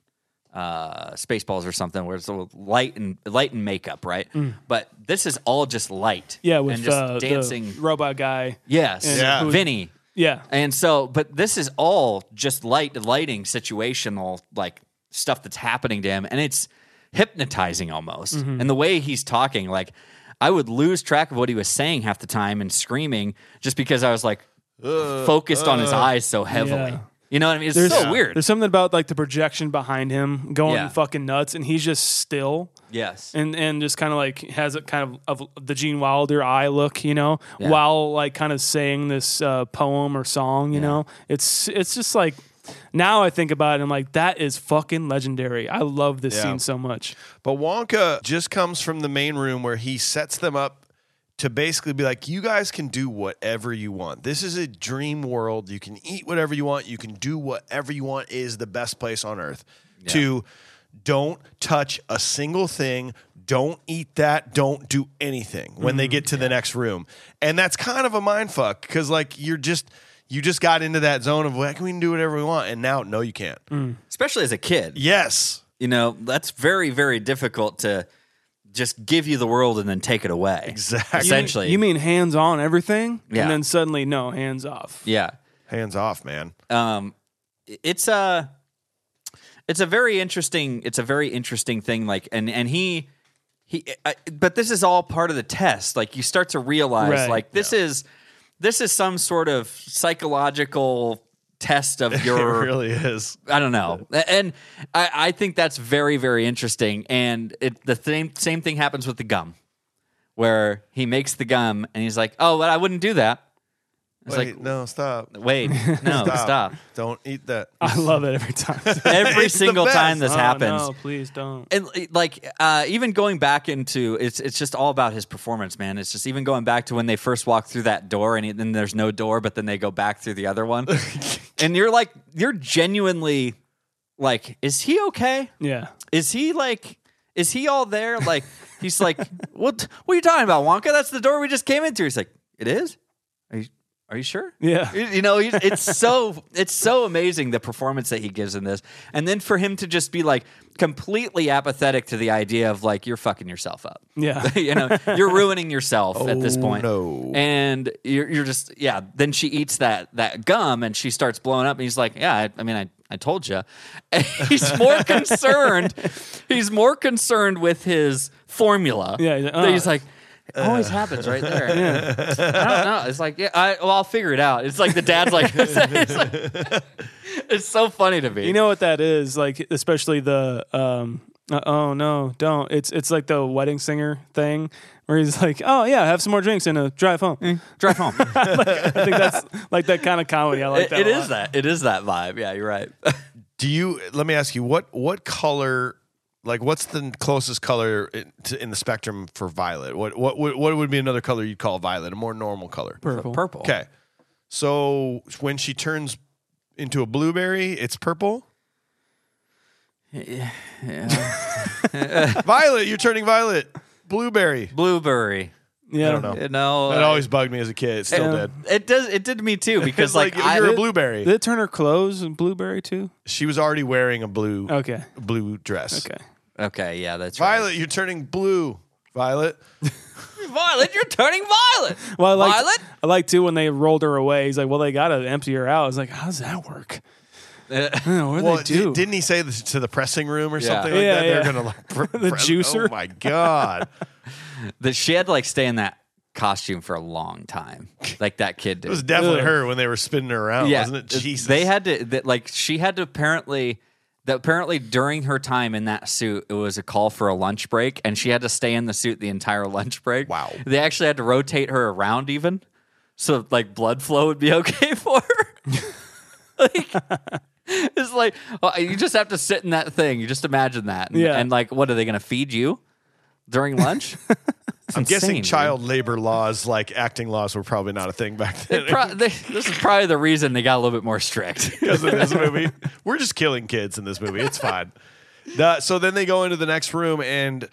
uh, Spaceballs or something where it's all light and light and makeup, right? But this is all just light, Mm. Yeah, with and just uh, dancing, the robot guy. yes, and Yeah. who- Vinny, Yeah, and so, but this is all just light lighting situational like stuff that's happening to him and it's hypnotizing almost. Mm-hmm. And the way he's talking like I would lose track of what he was saying half the time and screaming just because I was like Uh, focused on his eyes so heavily. Yeah. You know what I mean? It's so weird. There's something about like the projection behind him going Yeah. fucking nuts, and he's just still Yes. and and just kind of like has a kind of of the Gene Wilder eye look, you know, Yeah. while like kind of saying this uh, poem or song, you know. It's it's just like. Now I think about it, I'm like, that is fucking legendary. I love this Yeah. scene so much. but Wonka just comes from the main room where he sets them up to basically be like, "You guys can do whatever you want. This is a dream world. You can eat whatever you want. You can do whatever you want. It Is the best place on earth to don't touch a single thing." Don't eat that. Don't do anything when they get to the next room, and that's kind of a mind fuck because like you're just you just got into that zone of like we can do whatever we want, and now no, you can't. Especially as a kid. Yes. You know, that's very very difficult to just give you the world and then take it away. Exactly. Essentially. You mean hands on everything? Yeah. And then suddenly, no, hands off. Yeah. Hands off, man. um it's a it's a very interesting it's a very interesting thing like and and he he I, but this is all part of the test like you start to realize Right. like this is this is some sort of psychological [laughs] test of your it really is. I don't know. And I, I think that's very, very interesting. And it, the same, same thing happens with the gum, where he makes the gum and he's like, oh, well, I wouldn't do that. It's Wait, like, no, stop. wait, [laughs] no, stop. Don't eat that. I love it every [laughs] time. Every It's the single best. time this Oh, happens, No, please don't. and like uh, even going back into it's it's just all about his performance, man. It's just even going back to when they first walk through that door, and then there's no door, but then they go back through the other one, and you're like, you're genuinely like, is he okay? Yeah. Is he like, is he all there? Like, [laughs] he's like, what? What are you talking about, Wonka? That's the door we just came in through. He's like, it is. Are you, Are you sure? Yeah. You, you know, he- it's so it's so amazing the performance that he gives in this, and then for him to just be like completely apathetic to the idea of like you're fucking yourself up. [laughs] Yeah. you know, you're ruining yourself at this point. Oh, no. And you're, you're just yeah. Then she eats that that gum and she starts blowing up, and he's like, yeah, I, I mean, I. I told [laughs] you. He's [laughs] more concerned. He's more concerned with his formula. Yeah, he's like, That "Uh, he's like, it always happens right [laughs] there. I don't know. It's like, yeah, I, well, I'll figure it out. It's like the dad's like, [laughs] it's, like- it's so funny to me. You know what that is? Like especially the um uh, oh no, don't. It's it's like the wedding singer thing where he's like, "Oh yeah, have some more drinks and a drive home." drive home. [laughs] I think that's like that kind of comedy. I like It- that. it is a lot. that. It is that vibe. Yeah, you're right. Do you? Let me ask you what what color? Like, what's the closest color in, to, in the spectrum for violet? What what would- what would be another color you'd call violet? A more normal color. purple. Purple. Okay. So when she turns into a blueberry, it's purple. [laughs] violet, you're turning violet. Blueberry. [laughs] Blueberry. Yeah. I don't know. You know, That always bugged me as a kid. It still did. it does. It did [laughs] me too because It's like, like, I, you're a blueberry. Did it turn her clothes and blueberry too? she was already wearing a blue Okay. blue dress. Okay. [laughs] okay, yeah, that's Violet, you're turning blue. Violet. right. Violet, you're turning violet. Well, I like violet. I like too when they rolled her away. He's like, "Well, they gotta empty her out." I was like, "How does that work?" Eh. Yeah, what do well, they do? di- didn't he say this to the pressing room or Yeah. something like Yeah, that? yeah. They're gonna [laughs] like pr- The press- juicer. Oh my god! it That she had to like stay in that costume for a long time. Like that kid did. was definitely her when they were spinning her around, wasn't it? th- Jesus, They had to that like she had to apparently that apparently during her time in that suit it was a call for a lunch break and she had to stay in the suit the entire lunch break. Wow. They actually had to rotate her around even so like blood flow would be [laughs] okay for her. [laughs] like it's like well, you just have to sit in that thing. You just imagine that. And, Yeah. and like what are they going to feed you during lunch? [laughs] I'm guessing insane, dude. child labor laws, like acting laws, were probably not a thing back then. Pro- they, this is probably the reason they got a little bit more strict. because of this [laughs] movie. We're just killing kids in this movie. It's fine. The- so then they go into the next room, and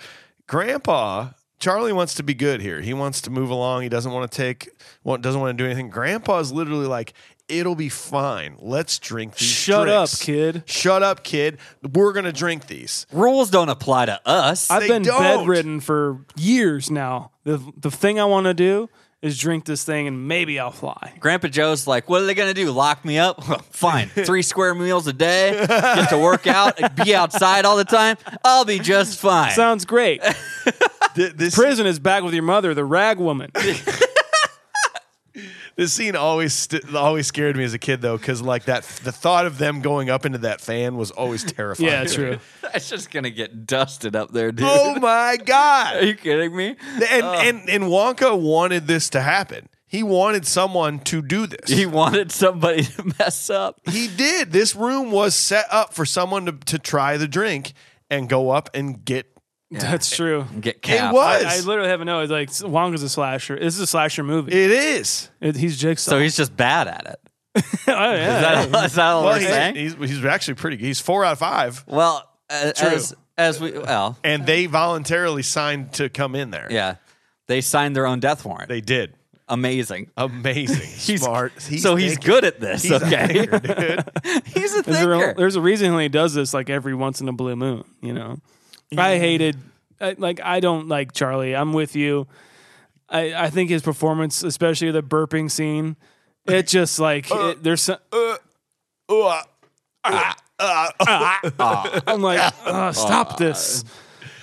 Grandpa Charlie wants to be good here. He wants to move along. He doesn't want to take. wa- Doesn't want to do anything. Grandpa's literally like, "It'll be fine. Let's drink these." Shut up, drinks. kid. Shut up, kid. We're gonna drink these. Rules don't apply to us. I've They been don't. bedridden for years now. The the thing I want to do is drink this thing and maybe I'll fly. Grandpa Joe's like, what are they gonna do? Lock me up? [laughs] Fine. Three square meals a day, get to [laughs] work out, be outside all the time. I'll be just fine. Sounds great. Th- this Prison is back with your mother, the rag woman. this scene always st- always scared me as a kid though, because like that the thought of them going up into that fan was always terrifying. [laughs] yeah, true. That's just gonna get dusted up there, dude. [laughs] Oh my god! [laughs] Are you kidding me? and and and Wonka wanted this to happen. He wanted someone to do this. He He, wanted somebody to mess up. did. This room was set up for someone to, to try the drink and go up and get. That's true. Get It capped. was. I, I literally have a note. It's like Wonka's a slasher. This is a slasher movie. It is. It- he's Jigsaw. So he's just bad [laughs] at it. [laughs] oh, yeah. Is that, is that all Well, we're saying? he's, he's, he's actually pretty. He's four out of five, well, uh, as as we well, and they voluntarily signed to come in there. yeah, they signed their own death warrant. they did. Amazing. [laughs] Amazing, smart. so he's thinking. good at this. He's [laughs] a okay, thinker, dude. he's a There's a, thinker. there's a reason he does this like every once in a blue moon, you know. I hated I, like I don't like Charlie. I'm with you. I, I think his performance, especially the burping scene, it just like it, there's some, Ugh. I'm like "Ugh, stop this.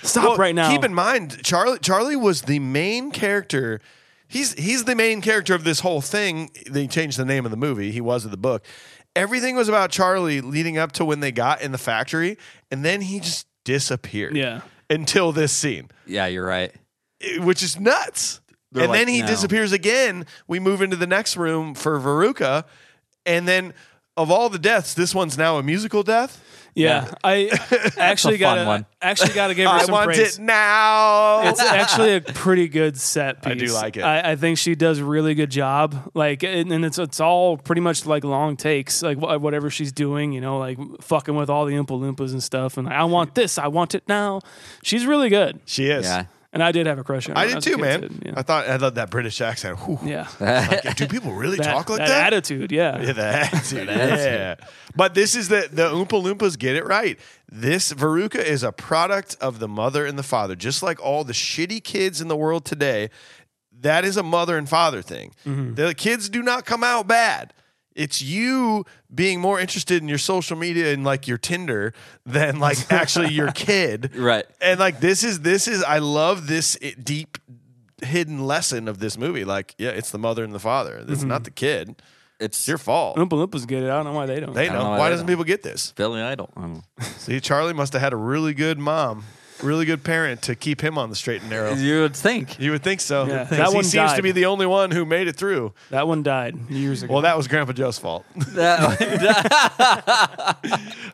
Stop Well, right now. Keep in mind, Charlie Charlie was the main character. He's he's the main character of this whole thing. They changed the name of the movie. He was of the book. Everything was about Charlie leading up to when they got in the factory, and then he just disappeared. Yeah. Until this scene, yeah, you're right. eh, which is nuts. and like, then he "No." disappears again. We move into the next room for Veruca, and then of all the deaths, this one's now a musical death. yeah, [laughs] I actually a fun got one. to actually got to give her I some want praise. it now. It's actually a pretty good set piece. do like it. I, I think she does a really good job. Like, and, and it's it's all pretty much like long takes, like wh- whatever she's doing, you know, like fucking with all the Oompa Loompas and stuff. And I want this, I want it now. She's really good. she is. Yeah. And I did have a crush on her. I when did was a too, kid, man. did, yeah. I thought I thought that British accent. Whew. yeah. Like, do people really [laughs] That- talk like that? attitude, yeah. Yeah, the attitude. yeah. But this is the the Oompa Loompas get it right. This Veruca is a product of the mother and the father, just like all the shitty kids in the world today. That is a mother and father thing. The kids do not come out bad. It's you being more interested in your social media and like your Tinder than [laughs] like actually your kid. Right. And like this is this is I love this i- deep hidden lesson of this movie. Like, yeah, it's the mother and the father. It's not the kid. It's It's your fault. Oompa Loompas get it. I don't know why they don't. They know. I don't know why Why they doesn't don't. people get this? Billy Idol. I don't know. See, Charlie must have had a really good mom, really good parent to keep him on the straight and [laughs] narrow. You would [laughs] think. You would think so. Yeah, 'Cause that he one seems to died. be the only one who made it through. that one died years ago. Well, that was Grandpa Joe's fault. [laughs] That-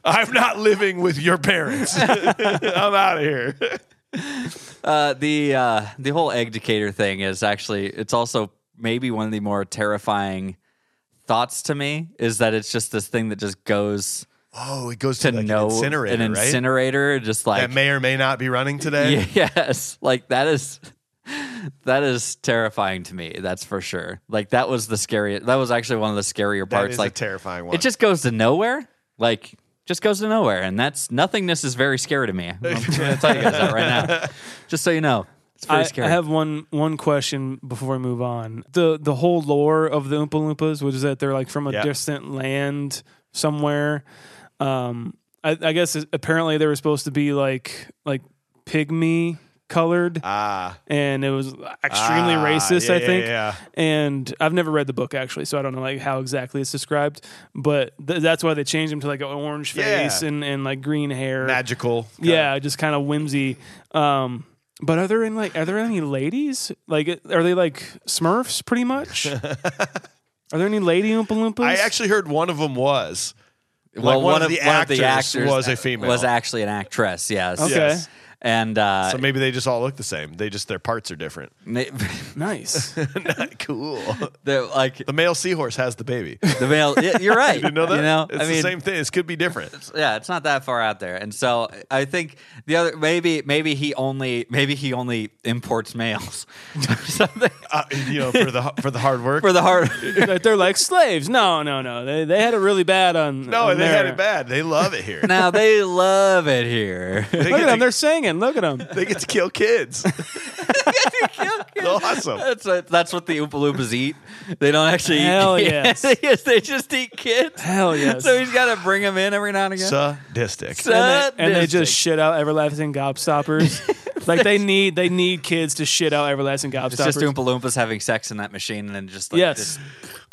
I'm not living with your parents. [laughs] I'm out of here. uh, the uh, the whole egg decator thing is actually it's also maybe one of the more terrifying thoughts to me is that it's just this thing that just goes Oh, it goes to to like no an incinerator, an right? incinerator just like that may or may not be running today. [laughs] Yes, like that is that is terrifying to me. That's for sure. Like that was the scariest. That was actually one of the scarier That parts. is like a terrifying one. it just goes to nowhere. Like just goes to nowhere, and that's nothingness is very scary to me. I'm going to tell you guys that right [laughs] now, just so you know. It's very I, scary. I have one one question before we move on. The the whole lore of the Oompa Loompas, which is that they're like from a Yeah. distant land somewhere. Um, I, I guess it- apparently they were supposed to be like like pygmy colored, ah, and it was extremely Ah, racist. yeah, I yeah, think. yeah. And I've never read the book actually, so I don't know like how exactly it's described. But th- that's why they changed him to like an orange Yeah. face and and like green hair. magical. Yeah, just kind of whimsy. Um, but are there in like are there any ladies? Like are they like Smurfs pretty [laughs] much? are there any lady Oompa Loompas? I actually heard one of them was. well, like one of the actors was a female. was actually an actress. Yes. Okay. Yes. And uh, So maybe they just all look the same. They just their parts are different. [laughs] they- [laughs] Nice. [laughs] cool. they're like The male seahorse has the [laughs] baby. the male. yeah, You're [laughs] right. You know that? You know, it's I the mean, same thing. This could be [laughs] different. yeah, it's not that far out there. And so I think the other maybe maybe he only maybe he only imports males [laughs] or something Uh, you know, for the for the hard work. for the hard. Like, they're like slaves. No, no, no. They they had it really bad on. no, on they had their- it bad. They love it here. [laughs] now they love it here. They Look at get, them. to, They're singing. Look at [laughs] them. they get to kill [laughs] kids. [laughs] awesome. That's what, that's what the Oompa Loompas eat. They don't actually Hell eat [laughs] yes. they just- they just eat kids. Hell yes. So he's got to bring them in every now and again. Sadistic. and they, and they just Sadistic. shit out [laughs] everlasting gobstoppers. like they need they need kids to shit out everlasting It's just gobstoppers. Oompa Loompas having sex in that machine and then just like Yes.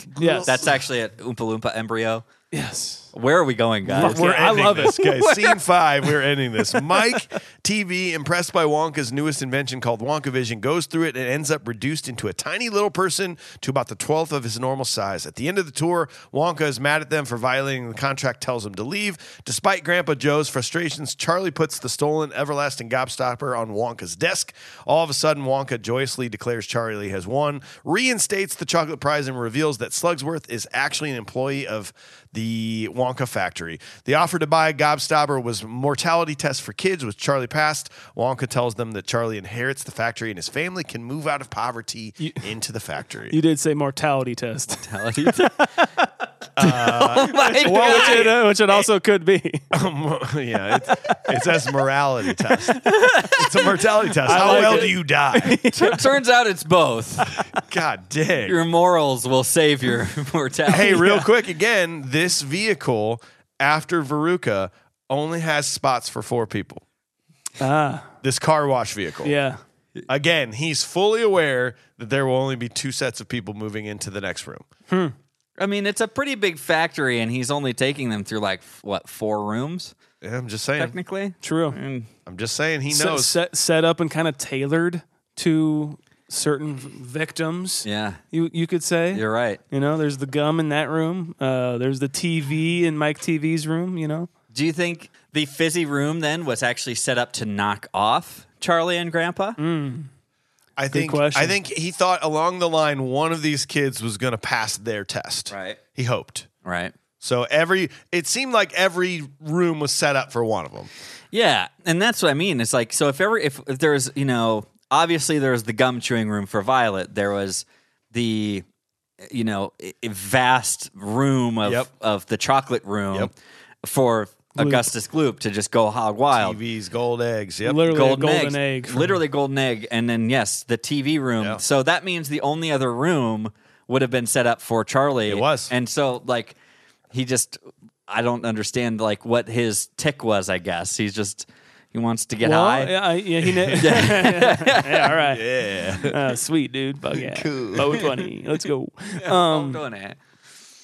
just- yes. that's actually an Oompa Loompa embryo. yes. Where are we going, guys? We're Okay, I ending love this, it. guys. Scene five. [laughs] We're ending this. Mike TV, impressed by Wonka's newest invention called Wonka Vision, goes through it and ends up reduced into a tiny little person to about the twelfth of his normal size. At the end of the tour, Wonka is mad at them for violating the contract, tells him to leave. Despite Grandpa Joe's frustrations, Charlie puts the stolen everlasting gobstopper on Wonka's desk. All of a sudden, Wonka joyously declares Charlie has won, reinstates the chocolate prize, and reveals that Slugsworth is actually an employee of the Wonka factory. The offer to buy Gobstopper was a mortality test for kids, which Charlie passed. Wonka tells them that Charlie inherits the factory and his family can move out of poverty into the factory. [laughs] You did say mortality test. [laughs] oh my Well, [laughs] which God. it, uh, [laughs] which it also could be. Um, yeah, it's, it says morality [laughs] test. It's a mortality test. How like well it. do you [laughs] die? Tur- turns out it's both. God dang. Your morals will save your [laughs] mortality. hey, real quick again, this vehicle after Veruca only has spots for four people. Ah, This car wash vehicle. yeah. Again, he's fully aware that there will only be two sets of people moving into the next room. I mean, it's a pretty big factory, and he's only taking them through like f- what four rooms Yeah, I'm just saying. technically. True. I'm just saying he set, knows. set, set up and kind of tailored to certain v- victims. Yeah, You you could say. you're right. You know, there's the gum in that room. Uh, there's the TV in Mike TV's room. You know, Do you think the fizzy room then was actually set up to knock off Charlie and Grandpa? Mm. I think question. I think he thought along the line one of these kids was going to pass their test. Right. He hoped. Right. So every it seemed like every room was set up for one of them. Yeah, and that's what I mean. It's like so if ever if, if there's you know obviously there was the gum chewing room for Violet. There was the you know i- i- vast room of Yep. of the chocolate room Yep. for Augustus Gloop to just go hog wild. TVs, gold eggs. Yep. Literally a Golden, egg, golden egg. from- [laughs] literally golden egg, and then yes, the TV room. Yeah. So that means the only other room would have been set up for Charlie. It was. and so like he just, I don't understand like what his tick was. I guess he's just he wants to get Well, high. [laughs] yeah, I- yeah, he kn- [laughs] yeah. all right. Yeah. Uh, sweet, dude. Fuck yeah. Cool. Bow 20. Let's go. I'm doing it.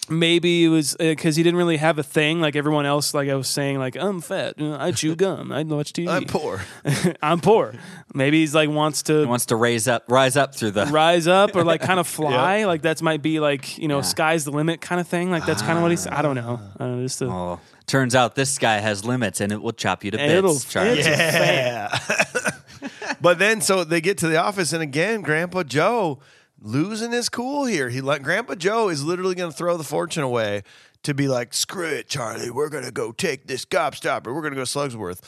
maybe it was because he didn't really have a thing like everyone else. Like I was saying, like I'm fat, you know, I chew gum, I watch TV, I'm poor. [laughs] I'm poor. Maybe he's like wants to He wants to raise up, rise up through the. rise up or like kind of fly. Like that's might be like you know sky's the limit kind of thing. Like that's kind of what he's. I don't know. I don't know just a, Oh, turns out this guy has limits, and it will chop you to bits. it'll Charlie. it's a fact. [laughs] But then, so they get to the office, and again, Grandpa Joe losing his cool here. He let Grandpa Joe is literally going to throw the fortune away to be like, "Screw it, Charlie. We're going to go take this gobstopper. We're going to go Slugsworth."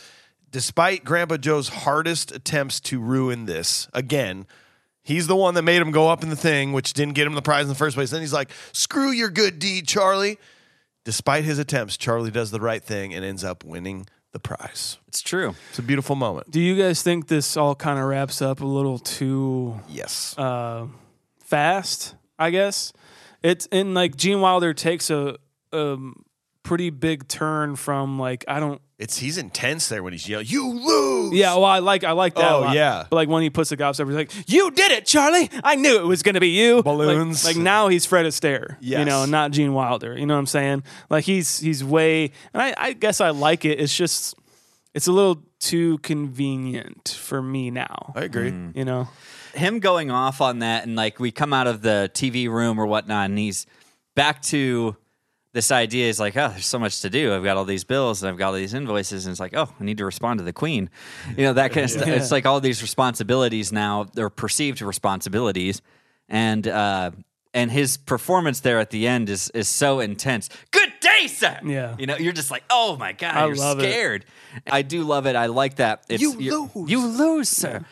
Despite Grandpa Joe's hardest attempts to ruin this, again, he's the one that made him go up in the thing, which didn't get him the prize in the first place. Then he's like, "Screw your good deed, Charlie." Despite his attempts, Charlie does the right thing and ends up winning the prize. It's true. It's a beautiful moment. Do you guys think this all kind of wraps up a little too Yes. fast, I guess. It's and like Gene Wilder takes a um pretty big turn from like I don't It's he's intense there when he's yelling, "You lose!" yeah well I like I like that a Oh, lot. yeah. but like when he puts the gobstopper he's like you did it Charlie I knew it was gonna be you Like- Balloons. like, now he's Fred Astaire you Yes. know not Gene Wilder you know what I'm saying like he's he's way and I, I guess I like it it's just it's a little too convenient for me now I agree. you know him going off on that and like we come out of the TV room or whatnot and he's back to this idea is like, oh, there's so much to do. I've got all these bills and I've got all these invoices, and it's like, oh, I need to respond to the queen. You know, that kind of stuff. It's like all these responsibilities now, they're perceived responsibilities. And uh and his performance there at the end is is so intense. Good day, sir. Yeah. You know, you're just like, oh my God, I you're love it. scared. I do love it. I like that. It's, You you're- lose. You lose, sir.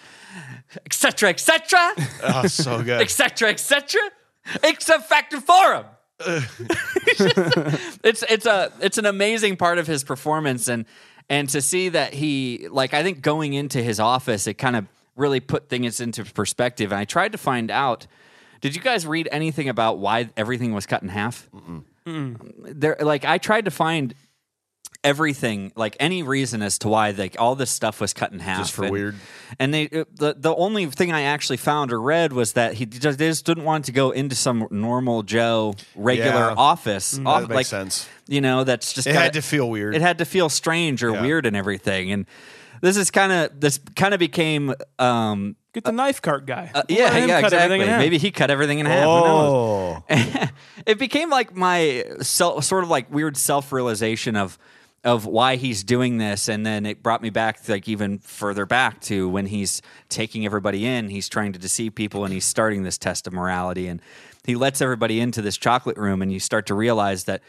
Et cetera, et cetera. Oh, [laughs] so good. etc., etc. Except [laughs] Factor Forum. it's it's a it's an amazing part of his performance, and and to see that he like I think going into his office, it kind of really put things into perspective. And I tried to find out. Did you guys read anything about why everything was cut in half? Um, There, like I tried to find everything, like any reason as to why like all this stuff was cut in half. Just for And- weird. and they uh, the the only thing I actually found or read was that he just they just didn't want to go into some normal Joe regular Yeah. Mm-hmm. office. off- that makes like, sense. You know, that's just It gotta- had to feel weird. It had to feel strange or weird and everything. And this is kind of this kind of became um get the knife cart guy uh, Let yeah him yeah cut everything exactly. in half. Maybe he cut everything in half. Who knows? oh, [laughs] it became like my self, sort of like weird self realization of of why he's doing this, and then it brought me back like even further back to when he's taking everybody in, he's trying to deceive people, and he's starting this test of morality, and he lets everybody into this chocolate room, and you start to realize that,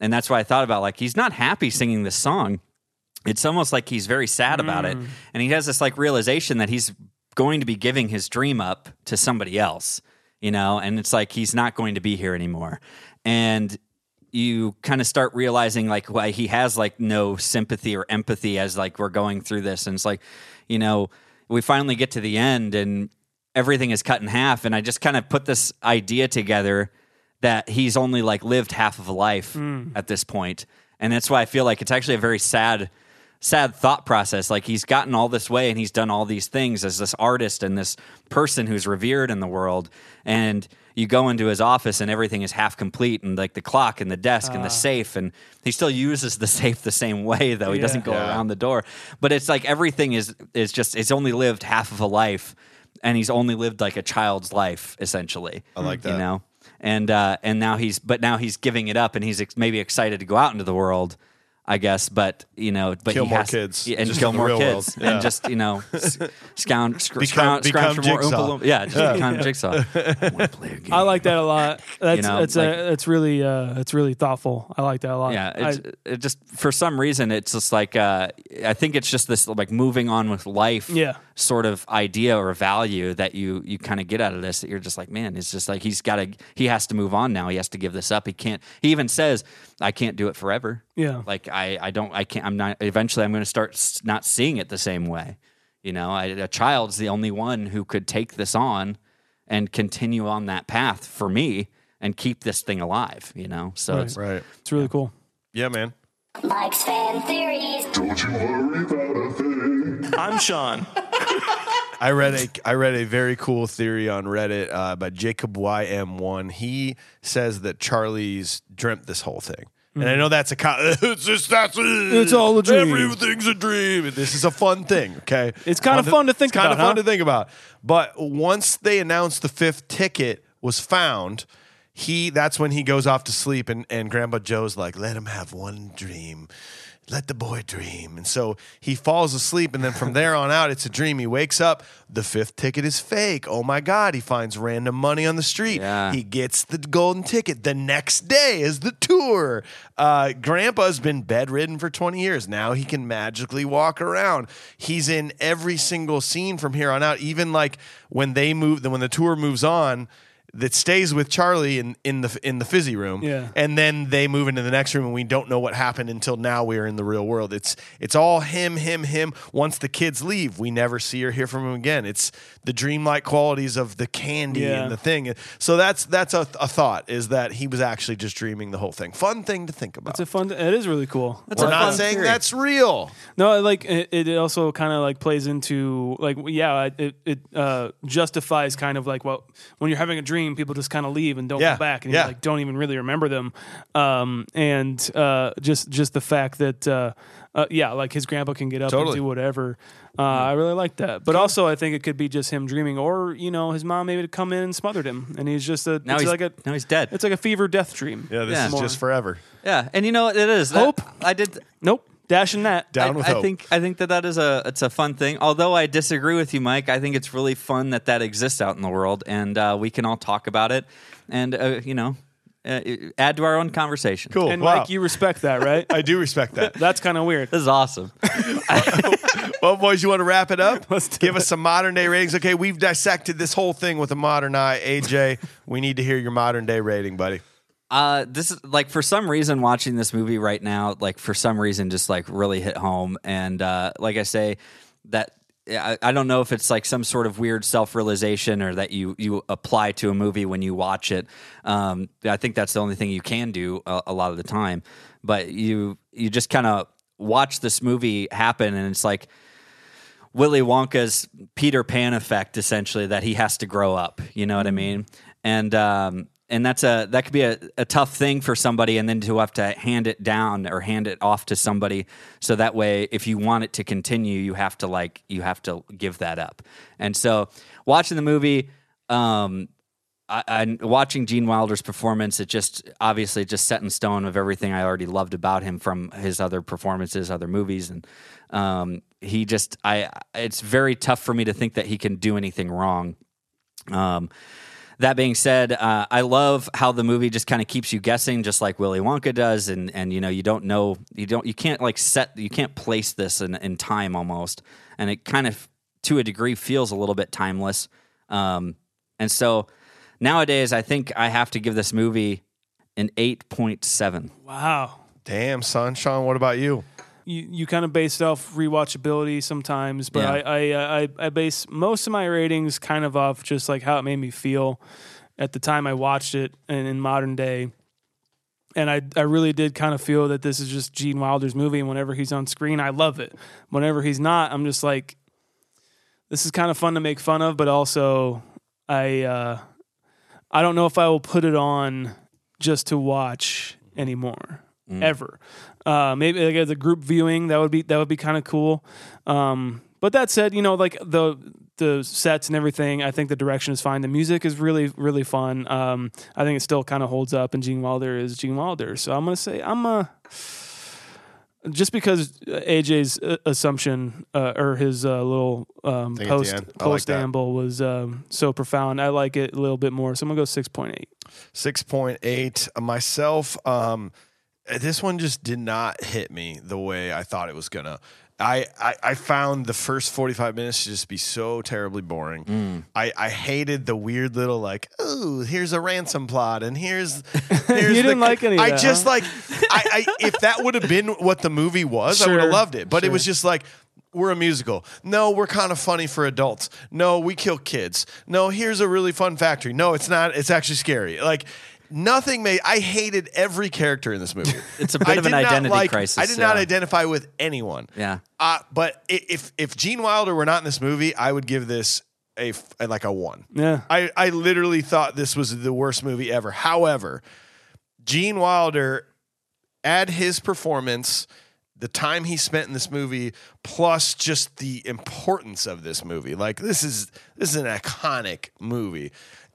and that's why I thought about like he's not happy singing this song it's almost like he's very sad about it and he has this like realization that he's going to be giving his dream up to somebody else you know and it's like he's not going to be here anymore and you kind of start realizing like why he has like no sympathy or empathy as like we're going through this and it's like you know we finally get to the end and everything is cut in half and i just kind of put this idea together that he's only like lived half of a life at this point and that's why i feel like it's actually a very sad sad thought process like he's gotten all this way and he's done all these things as this artist and this person who's revered in the world and you go into his office and everything is half complete and like the clock and the desk and the safe and he still uses the safe the same way though he doesn't go around the door but it's like everything is is just it's only lived half of a life and he's only lived like a child's life essentially. I like that. You know, and uh, and now he's but now he's giving it up, and he's ex- maybe excited to go out into the world, I guess. But you know, but Kill he more has- kids, yeah, and just kill in the more real world. kids, Yeah. and just [laughs] you know, s- scound, sc- Become- scrounge, scrounge for become more Jigsaw. Oompa Loompa. Yeah, just become [laughs] jigsaw. I want to play a game. I like that [laughs] a lot. That's know, that's like- a, it's really uh, it's really thoughtful. I like that a lot. Yeah, I- it's, uh, it just for some reason it's just like uh, I think it's just this like moving on with life, Yeah. sort of idea or value that you you kind of get out of this. That you're just like, man, it's just like he's got to he has to move on now. He has to give this up. He can't. He even says, I can't do it forever. Yeah. like I I don't I can't. I'm not. Eventually, I'm going to start s- not seeing it the same way. You know, I, a child's the only one who could take this on and continue on that path for me and keep this thing alive. You know, so it's Right. it's really cool. Yeah, man. Mike's fan theories. I'm Sean. I read a I read a very cool theory on Reddit uh, by Jacob YM1. He says that Charlie's dreamt this whole thing. And I know that's a co- [laughs] it's just that's Mm. it's all a dream. Everything's a dream. This is a fun thing, okay? It's kinda fun to think It's kind of about, huh? fun to think about. But once they announced the fifth ticket was found, he that's when he goes off to sleep and and Grandpa Joe's like, "Let him have one dream." Let the boy dream. And so he falls asleep. And then from there on out, it's a dream. He wakes up. The fifth ticket is fake. Oh my God. He finds random money on the street. Yeah. He gets the golden ticket. The next day is the tour. Uh, Grandpa's been bedridden for 20 years. Now he can magically walk around. He's in every single scene from here on out. Even like when they move, when the tour moves on, that stays with Charlie in, in the in the fizzy room. Yeah. And then they move into the next room and we don't know what happened until now we are in the real world. It's it's all him, him, him. Once the kids leave, we never see or hear from him again. It's the dreamlike qualities of the candy Yeah. and the thing. So that's that's a, a thought is that he was actually just dreaming the whole thing. Fun thing to think about. It's a fun. It is really cool. We're a not fun saying theory. that's real. No, like it, it also kind of like plays into like yeah, it it uh, justifies kind of like well when you're having a dream, people just kind of leave and don't Yeah, go back, and yeah. you like don't even really remember them, um, and uh, just just the fact that uh, uh, yeah, like his grandpa can get up Totally. Mm-hmm. and do whatever. Uh, I really like that, but also I think it could be just him dreaming, or you know his mom maybe to come in and smothered him, and he's just a Now it's he's- like a now he's dead. It's like a fever death dream. Yeah, this Yeah. is More. just forever. Yeah, and you know what it is that- Hope. I did. Nope, dashing that. Down I, with I hope. think I think that that is a it's a fun thing. Although I disagree with you, Mike. I think it's really fun that that exists out in the world, and uh, we can all talk about it, and uh, you know, uh, add to our own conversation. Cool. and wow. Mike, you respect that, right? [laughs] I do respect [laughs] that. That's kind of weird. This is awesome. Well, boys, you want to wrap it up? Let's do Give us some modern day ratings. Okay, we've dissected this whole thing with a modern eye. AJ, we need to hear your modern day rating, buddy. Uh, this is like for some reason watching this movie right now, like for some reason, just like really hit home. And uh, like I say, that I, I don't know if it's like some sort of weird self realization or that you you apply to a movie when you watch it. Um, I think that's the only thing you can do a, a lot of the time. But you you just kind of watch this movie happen, and it's like Willy Wonka's Peter Pan effect, essentially, that he has to grow up. You know what I mean? And um, and that's a that could be a, a tough thing for somebody, and then to have to hand it down or hand it off to somebody, so that way, if you want it to continue, you have to like you have to give that up. And so, watching the movie, um, I, I, watching Gene Wilder's performance, it just obviously just set in stone of everything I already loved about him from his other performances, other movies, and um, he just I. It's very tough for me to think that he can do anything wrong. Um, that being said, uh, I love how the movie just kind of keeps you guessing, just like Willy Wonka does, and and you know you don't know you don't you can't like set you can't place this in in time almost, and it kind of to a degree feels a little bit timeless. Um, and so nowadays, I think I have to give this movie an eight point seven. Wow. Damn, son. Sean, what about you? you, you kind of base it off rewatchability sometimes, but Yeah. I, I, uh, I I base most of my ratings kind of off just like how it made me feel at the time I watched it and in modern day. And I, I really did kind of feel that this is just Gene Wilder's movie. And whenever he's on screen, I love it. Whenever he's not, I'm just like, this is kind of fun to make fun of, but also I, uh, I don't know if I will put it on just to watch anymore ever. Uh, maybe like as a group viewing, that would be that would be kind of cool. Um, but that said, you know, like the the sets and everything, I think the direction is fine. The music is really really fun. Um, I think it still kind of holds up, and Gene Wilder is Gene Wilder. So I'm gonna say I'm a uh, just because AJ's uh, assumption uh, or his uh, little um, Thing at the post end. I like post that. amble was um, so profound. I like it a little bit more. Someone goes six point eight. Six point eight. Myself, um, this one just did not hit me the way I thought it was gonna. I, I, I found the first 45 minutes to just be so terribly boring. Mm. I, I hated the weird little like, oh, here's a ransom plot and [laughs] here's here's the You didn't like any of I that, just huh? like I, I if that would have been what the movie was, I would Sure, have loved it. But it sure. was just like we're a musical. No, we're kind of funny for adults. No, we kill kids. No, here's a really fun factory. No, it's not. It's actually scary. Like nothing made. I hated every character in this movie. [laughs] It's a bit I of an did not identity like- crisis, I did not yeah. identify with anyone. Yeah. Uh, but i- if if Gene Wilder were not in this movie, I would give this a f- like a one. Yeah. I, I literally thought this was the worst movie ever. However, Gene Wilder, add his performance, the time he spent in this movie, plus just the importance of this movie. Like this is this is an iconic movie.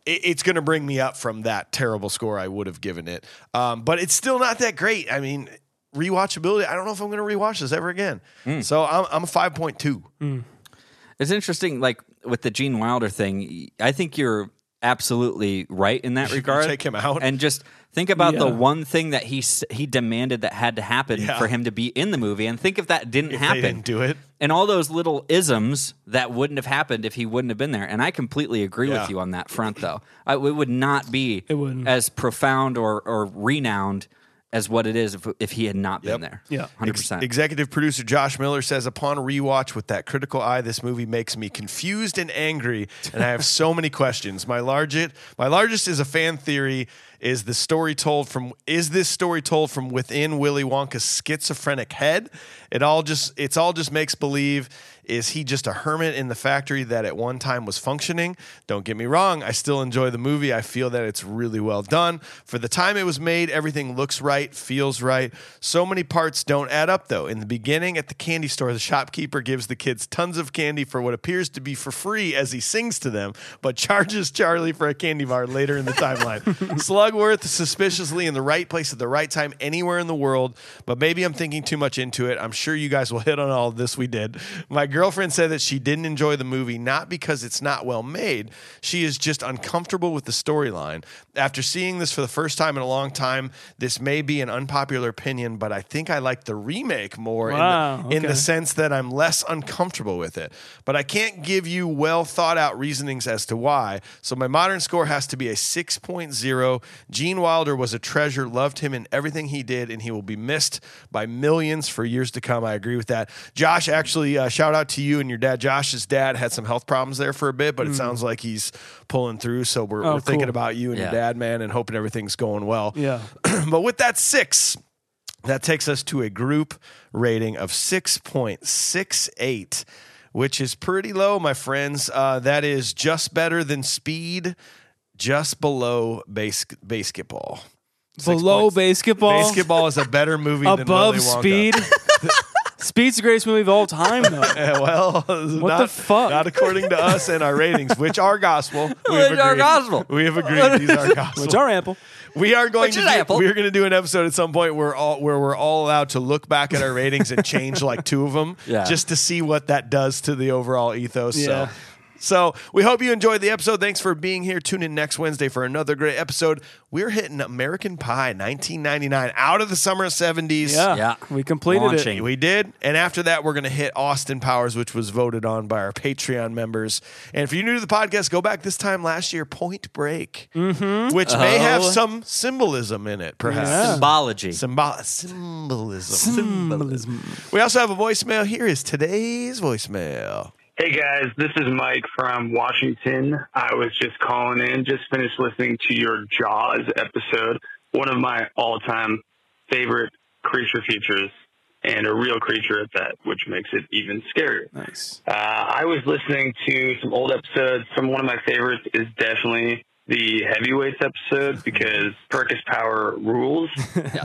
It- it's going to bring me up from that terrible score I would have given it. Um, but it's still not that great. I mean, rewatchability. I don't know if I'm going to rewatch this ever again. So I'm, I'm a five point two. It's interesting, like with the Gene Wilder thing. I think you're absolutely right [laughs] in that regard. take him out. and just think about the Yeah. one thing that he s- he demanded that had to happen Yeah. for him to be in the movie, and think if that didn't If happen, they didn't do it. and all those little isms that wouldn't have happened if he wouldn't have been there. And I completely agree Yeah. with you on that front, though. I, it would not be It wouldn't. as profound or, or renowned as what it is if, if he had not been there. Yeah. 100%. Executive producer Josh Miller says, upon rewatch with that critical eye, this movie makes me confused and angry, and I have so many [laughs] questions. My largest, my largest is a fan theory: is the story told from is this story told from within Willy Wonka's schizophrenic head? It all just it's all just makes believe. Is he just a hermit in the factory that at one time was functioning? Don't get me wrong, I still enjoy the movie. I feel that it's really well done. For the time it was made, everything looks right, feels right. So many parts don't add up though. In the beginning at the candy store, the shopkeeper gives the kids tons of candy for what appears to be for free as he sings to them, but charges Charlie for a candy bar later in the timeline. Slugworth suspiciously in the right place at the right time anywhere in the world, but maybe I'm thinking too much into it. I'm sure you guys will hit on all of this we did. My girlfriend said that she didn't enjoy the movie not because it's not well made. She is just uncomfortable with the storyline. After seeing this for the first time in a long time, this may be an unpopular opinion, but I think I like the remake more in the- Wow, in the okay. sense that I'm less uncomfortable with it, but I can't give you well thought out reasonings as to why. So my modern score has to be a 6.0. Gene Wilder was a treasure, loved him in everything he did, and he will be missed by millions for years to come. I agree with that. Josh, actually, uh, shout out to you and your dad. Josh's dad had some health problems there for a bit, but it sounds like he's pulling through. So we're, Hmm. Oh, we're thinking cool. about you and your Yeah. dad, man, and hoping everything's going well. Yeah. [clears throat] but with that six, that takes us to a group rating of 6.68, which is pretty low, my friends. Uh, that is just better than speed, just below base- basketball. Below basketball, Basketball is a better movie than Willy above Wonka. [laughs] speed. Speed's the greatest movie of all time, though. Yeah, Eh, well, the not, fuck? Not according to us and our ratings, which are gospel. We have Which are agreed. gospel. We have agreed. These are gospel. Which are ample. We are going Which to is do, Apple. we're going to do an episode at some point where all where we're all allowed to look back at our ratings and [laughs] change like two of them Yeah. just to see what that does to the overall ethos. Yeah. So so we hope you enjoyed the episode. Thanks for being here. Tune in next Wednesday for another great episode. We're hitting American Pie 1999 out of the summer of 70s. Yeah, Yeah. we completed Launching. it. We did. And after that, we're going to hit Austin Powers, which was voted on by our Patreon members. And if you're new to the podcast, go back this time last year, Point Break, Mm-hmm. which may have Oh. some symbolism in it, perhaps. Symbology. Symbol- symbolism. Symbolism. We also have a voicemail. Here is today's voicemail. Hey guys, this is Mike from Washington. I was just calling in, just finished listening to your Jaws episode, one of my all time favorite creature features, and a real creature at that, which makes it even scarier. Nice. Uh, I was listening to some old episodes. Some one of my favorites is definitely the heavyweights episode because Perkis Power rules.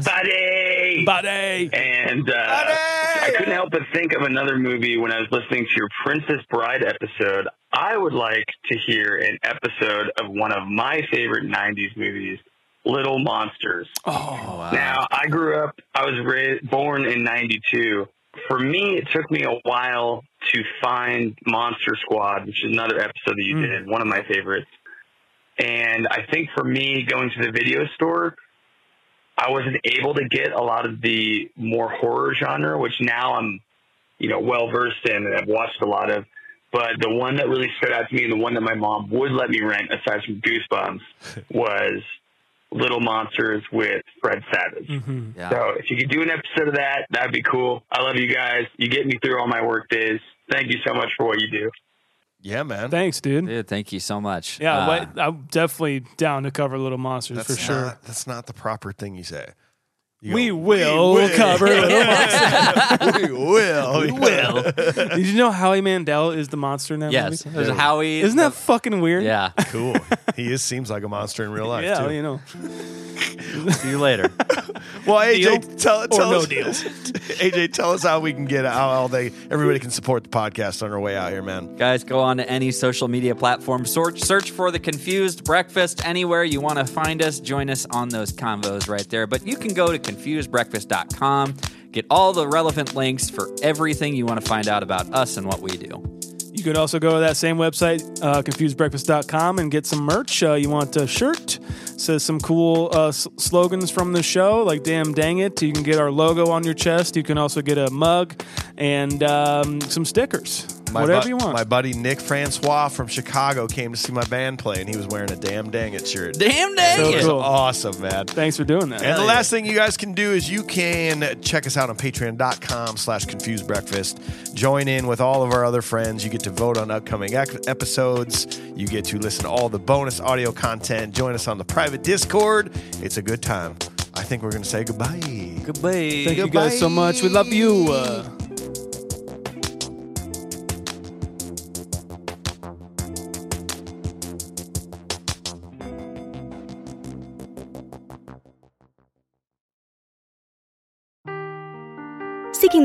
Buddy! [laughs] Body. And uh, Buddy! I couldn't help but think of another movie when I was listening to your Princess Bride episode. I would like to hear an episode of one of my favorite 90s movies, Little Monsters. Oh. Now, I grew up, I was ra- born in 92. For me, it took me a while to find Monster Squad, which is another episode that you did, one of my favorites. And I think for me, going to the video store, I wasn't able to get a lot of the more horror genre, which now I'm, you know, well versed in and I've watched a lot of. But the one that really stood out to me and the one that my mom would let me rent, aside from Goosebumps, was Little Monsters with Fred Savage. Mm-hmm. Yeah. So if you could do an episode of that, that'd be cool. I love you guys. You get me through all my work days. Thank you so much for what you do. Yeah, man. Thanks, dude. Dude, thank you so much. Yeah, Uh, [laughs] what- I'm definitely down to cover Little Monsters That's for sure. Not, that's not the proper thing you say. You we go, will [laughs] cover Little Monsters. we will. we will. Did you know Howie Mandel is the monster in that yes. movie? There's Howie. Isn't that fucking weird? Yeah. [laughs] Cool. He is seems like a monster in real life [laughs] Yeah, too. you know. See you later. Well, AJ, tell, tell no us, [laughs] deal? AJ, tell us how we can get how, how they everybody can support the podcast on our way out here, man. Guys, go on to any social media platform. Search, search for the Confused Breakfast anywhere you want to find us. Join us on those convos right there. But you can go to confusedbreakfast.com, get all the relevant links for everything you want to find out about us and what we do. You could also go to that same website, uh, confusedbreakfast.com, and get some merch. Uh, you want a shirt, says some cool uh, s- slogans from the show, like damn dang it. You can get our logo on your chest. You can also get a mug and um, some stickers. Whatever bu- you want. My buddy Nick Francois from Chicago came to see my band play, and he was wearing a damn dang it shirt. Damn dang So it. cool. Awesome, man. Thanks for doing that. And the last thing you guys can do is you can check us out on patreon.com slash confused breakfast. Join in with all of our other friends. You get to vote on upcoming ec- episodes. You get to listen to all the bonus audio content. Join us on the private Discord. It's a good time. I think we're going to say goodbye. Goodbye. Thank you guys so much. We love you. Uh, Seeking